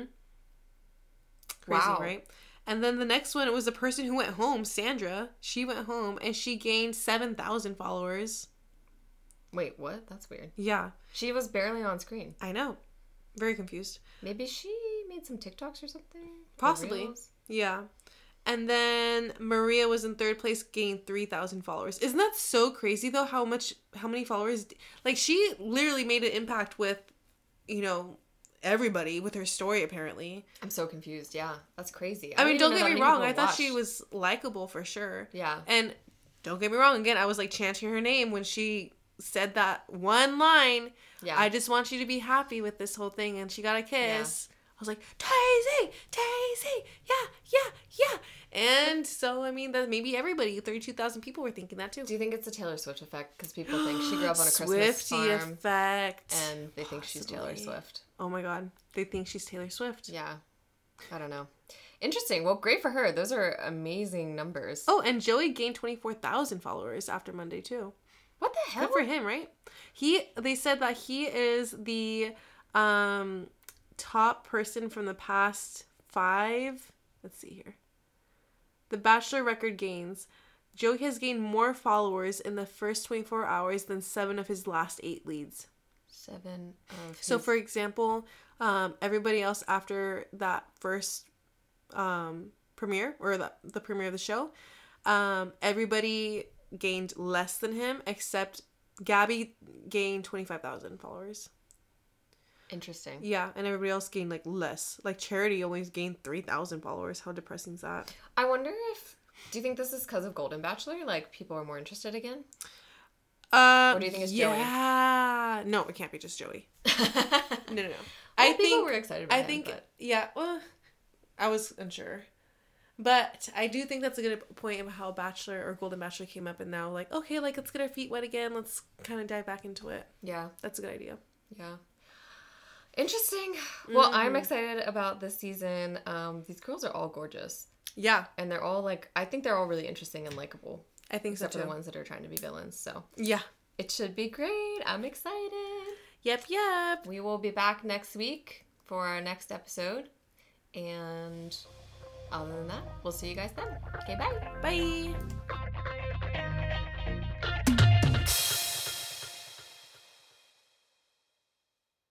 crazy,
Wow.
right? And then the next one was the person who went home, Sandra. She went home and she gained seven thousand followers.
Wait, what? That's weird.
Yeah,
She was barely on screen.
I know. Very confused.
Maybe she made some TikToks or something. Or
Possibly.
Reels?
Yeah. And then Maria was in third place, gained three thousand followers. Isn't that so crazy though? How much? How many followers? Like she literally made an impact with, you know, everybody with her story apparently.
I'm so confused. Yeah, that's crazy.
I, mean,
even
don't
know
get
that
me
many
wrong.
people
I thought
watched.
she was likable for sure.
Yeah.
And don't get me wrong, again, I was like chanting her name when she said that one line.
Yeah.
I just want you to be happy with this whole thing. And she got a kiss. I was like, Daisy, Daisy, yeah, yeah, yeah. And so, I mean, that maybe everybody, 32,000 people were thinking that too.
Do you think it's the Taylor Swift effect? Because people think she grew up on a Christmas
Swifty
farm,
effect.
and they think she's Taylor
Possibly.
Swift.
oh my God. They think she's Taylor Swift.
Yeah, I don't know. Interesting. Well, great for her. Those are amazing numbers.
Oh, and Joey gained 24,000 followers after Monday too.
what the hell?
Good for him, right? He they said that he is the um top person from the past five. Let's see here. The Bachelor record gains. Joey has gained more followers in the first 24 hours than seven of his last eight leads.
Seven Oh, of
So,
his-
for example, um, everybody else after that first um, premiere or the, the premiere of the show, um, everybody gained less than him except Gabby gained 25,000 followers.
interesting.
Yeah, and everybody else gained like less. Like Charity always gained 3,000 followers. How depressing is that?
I wonder if. Do you think this is because of Golden Bachelor? Like people are more interested again?
Uh,
Or do you think it's Joey?
yeah. No, it can't be just Joey.
I
No, no, no. I
people
think
were excited. About
I
him,
think,
but-
yeah, well, I was unsure. But I do think that's a good point of how Bachelor or Golden Bachelor came up, and now, like, okay, like, let's get our feet wet again. Let's kind of dive back into it.
yeah,
That's a good idea.
yeah. Interesting. Well, I'm
Mm-hmm.
excited about this season. Um, these girls are all gorgeous,
Yeah,
and they're all like I think they're all really interesting and likable,
I think
except
so
for the
too.
ones that are trying to be villains. So
Yeah.
it should be great. I'm excited.
Yep, yep.
We will be back next week for our next episode, and other than that, we'll see you guys then. Okay, bye.
Bye.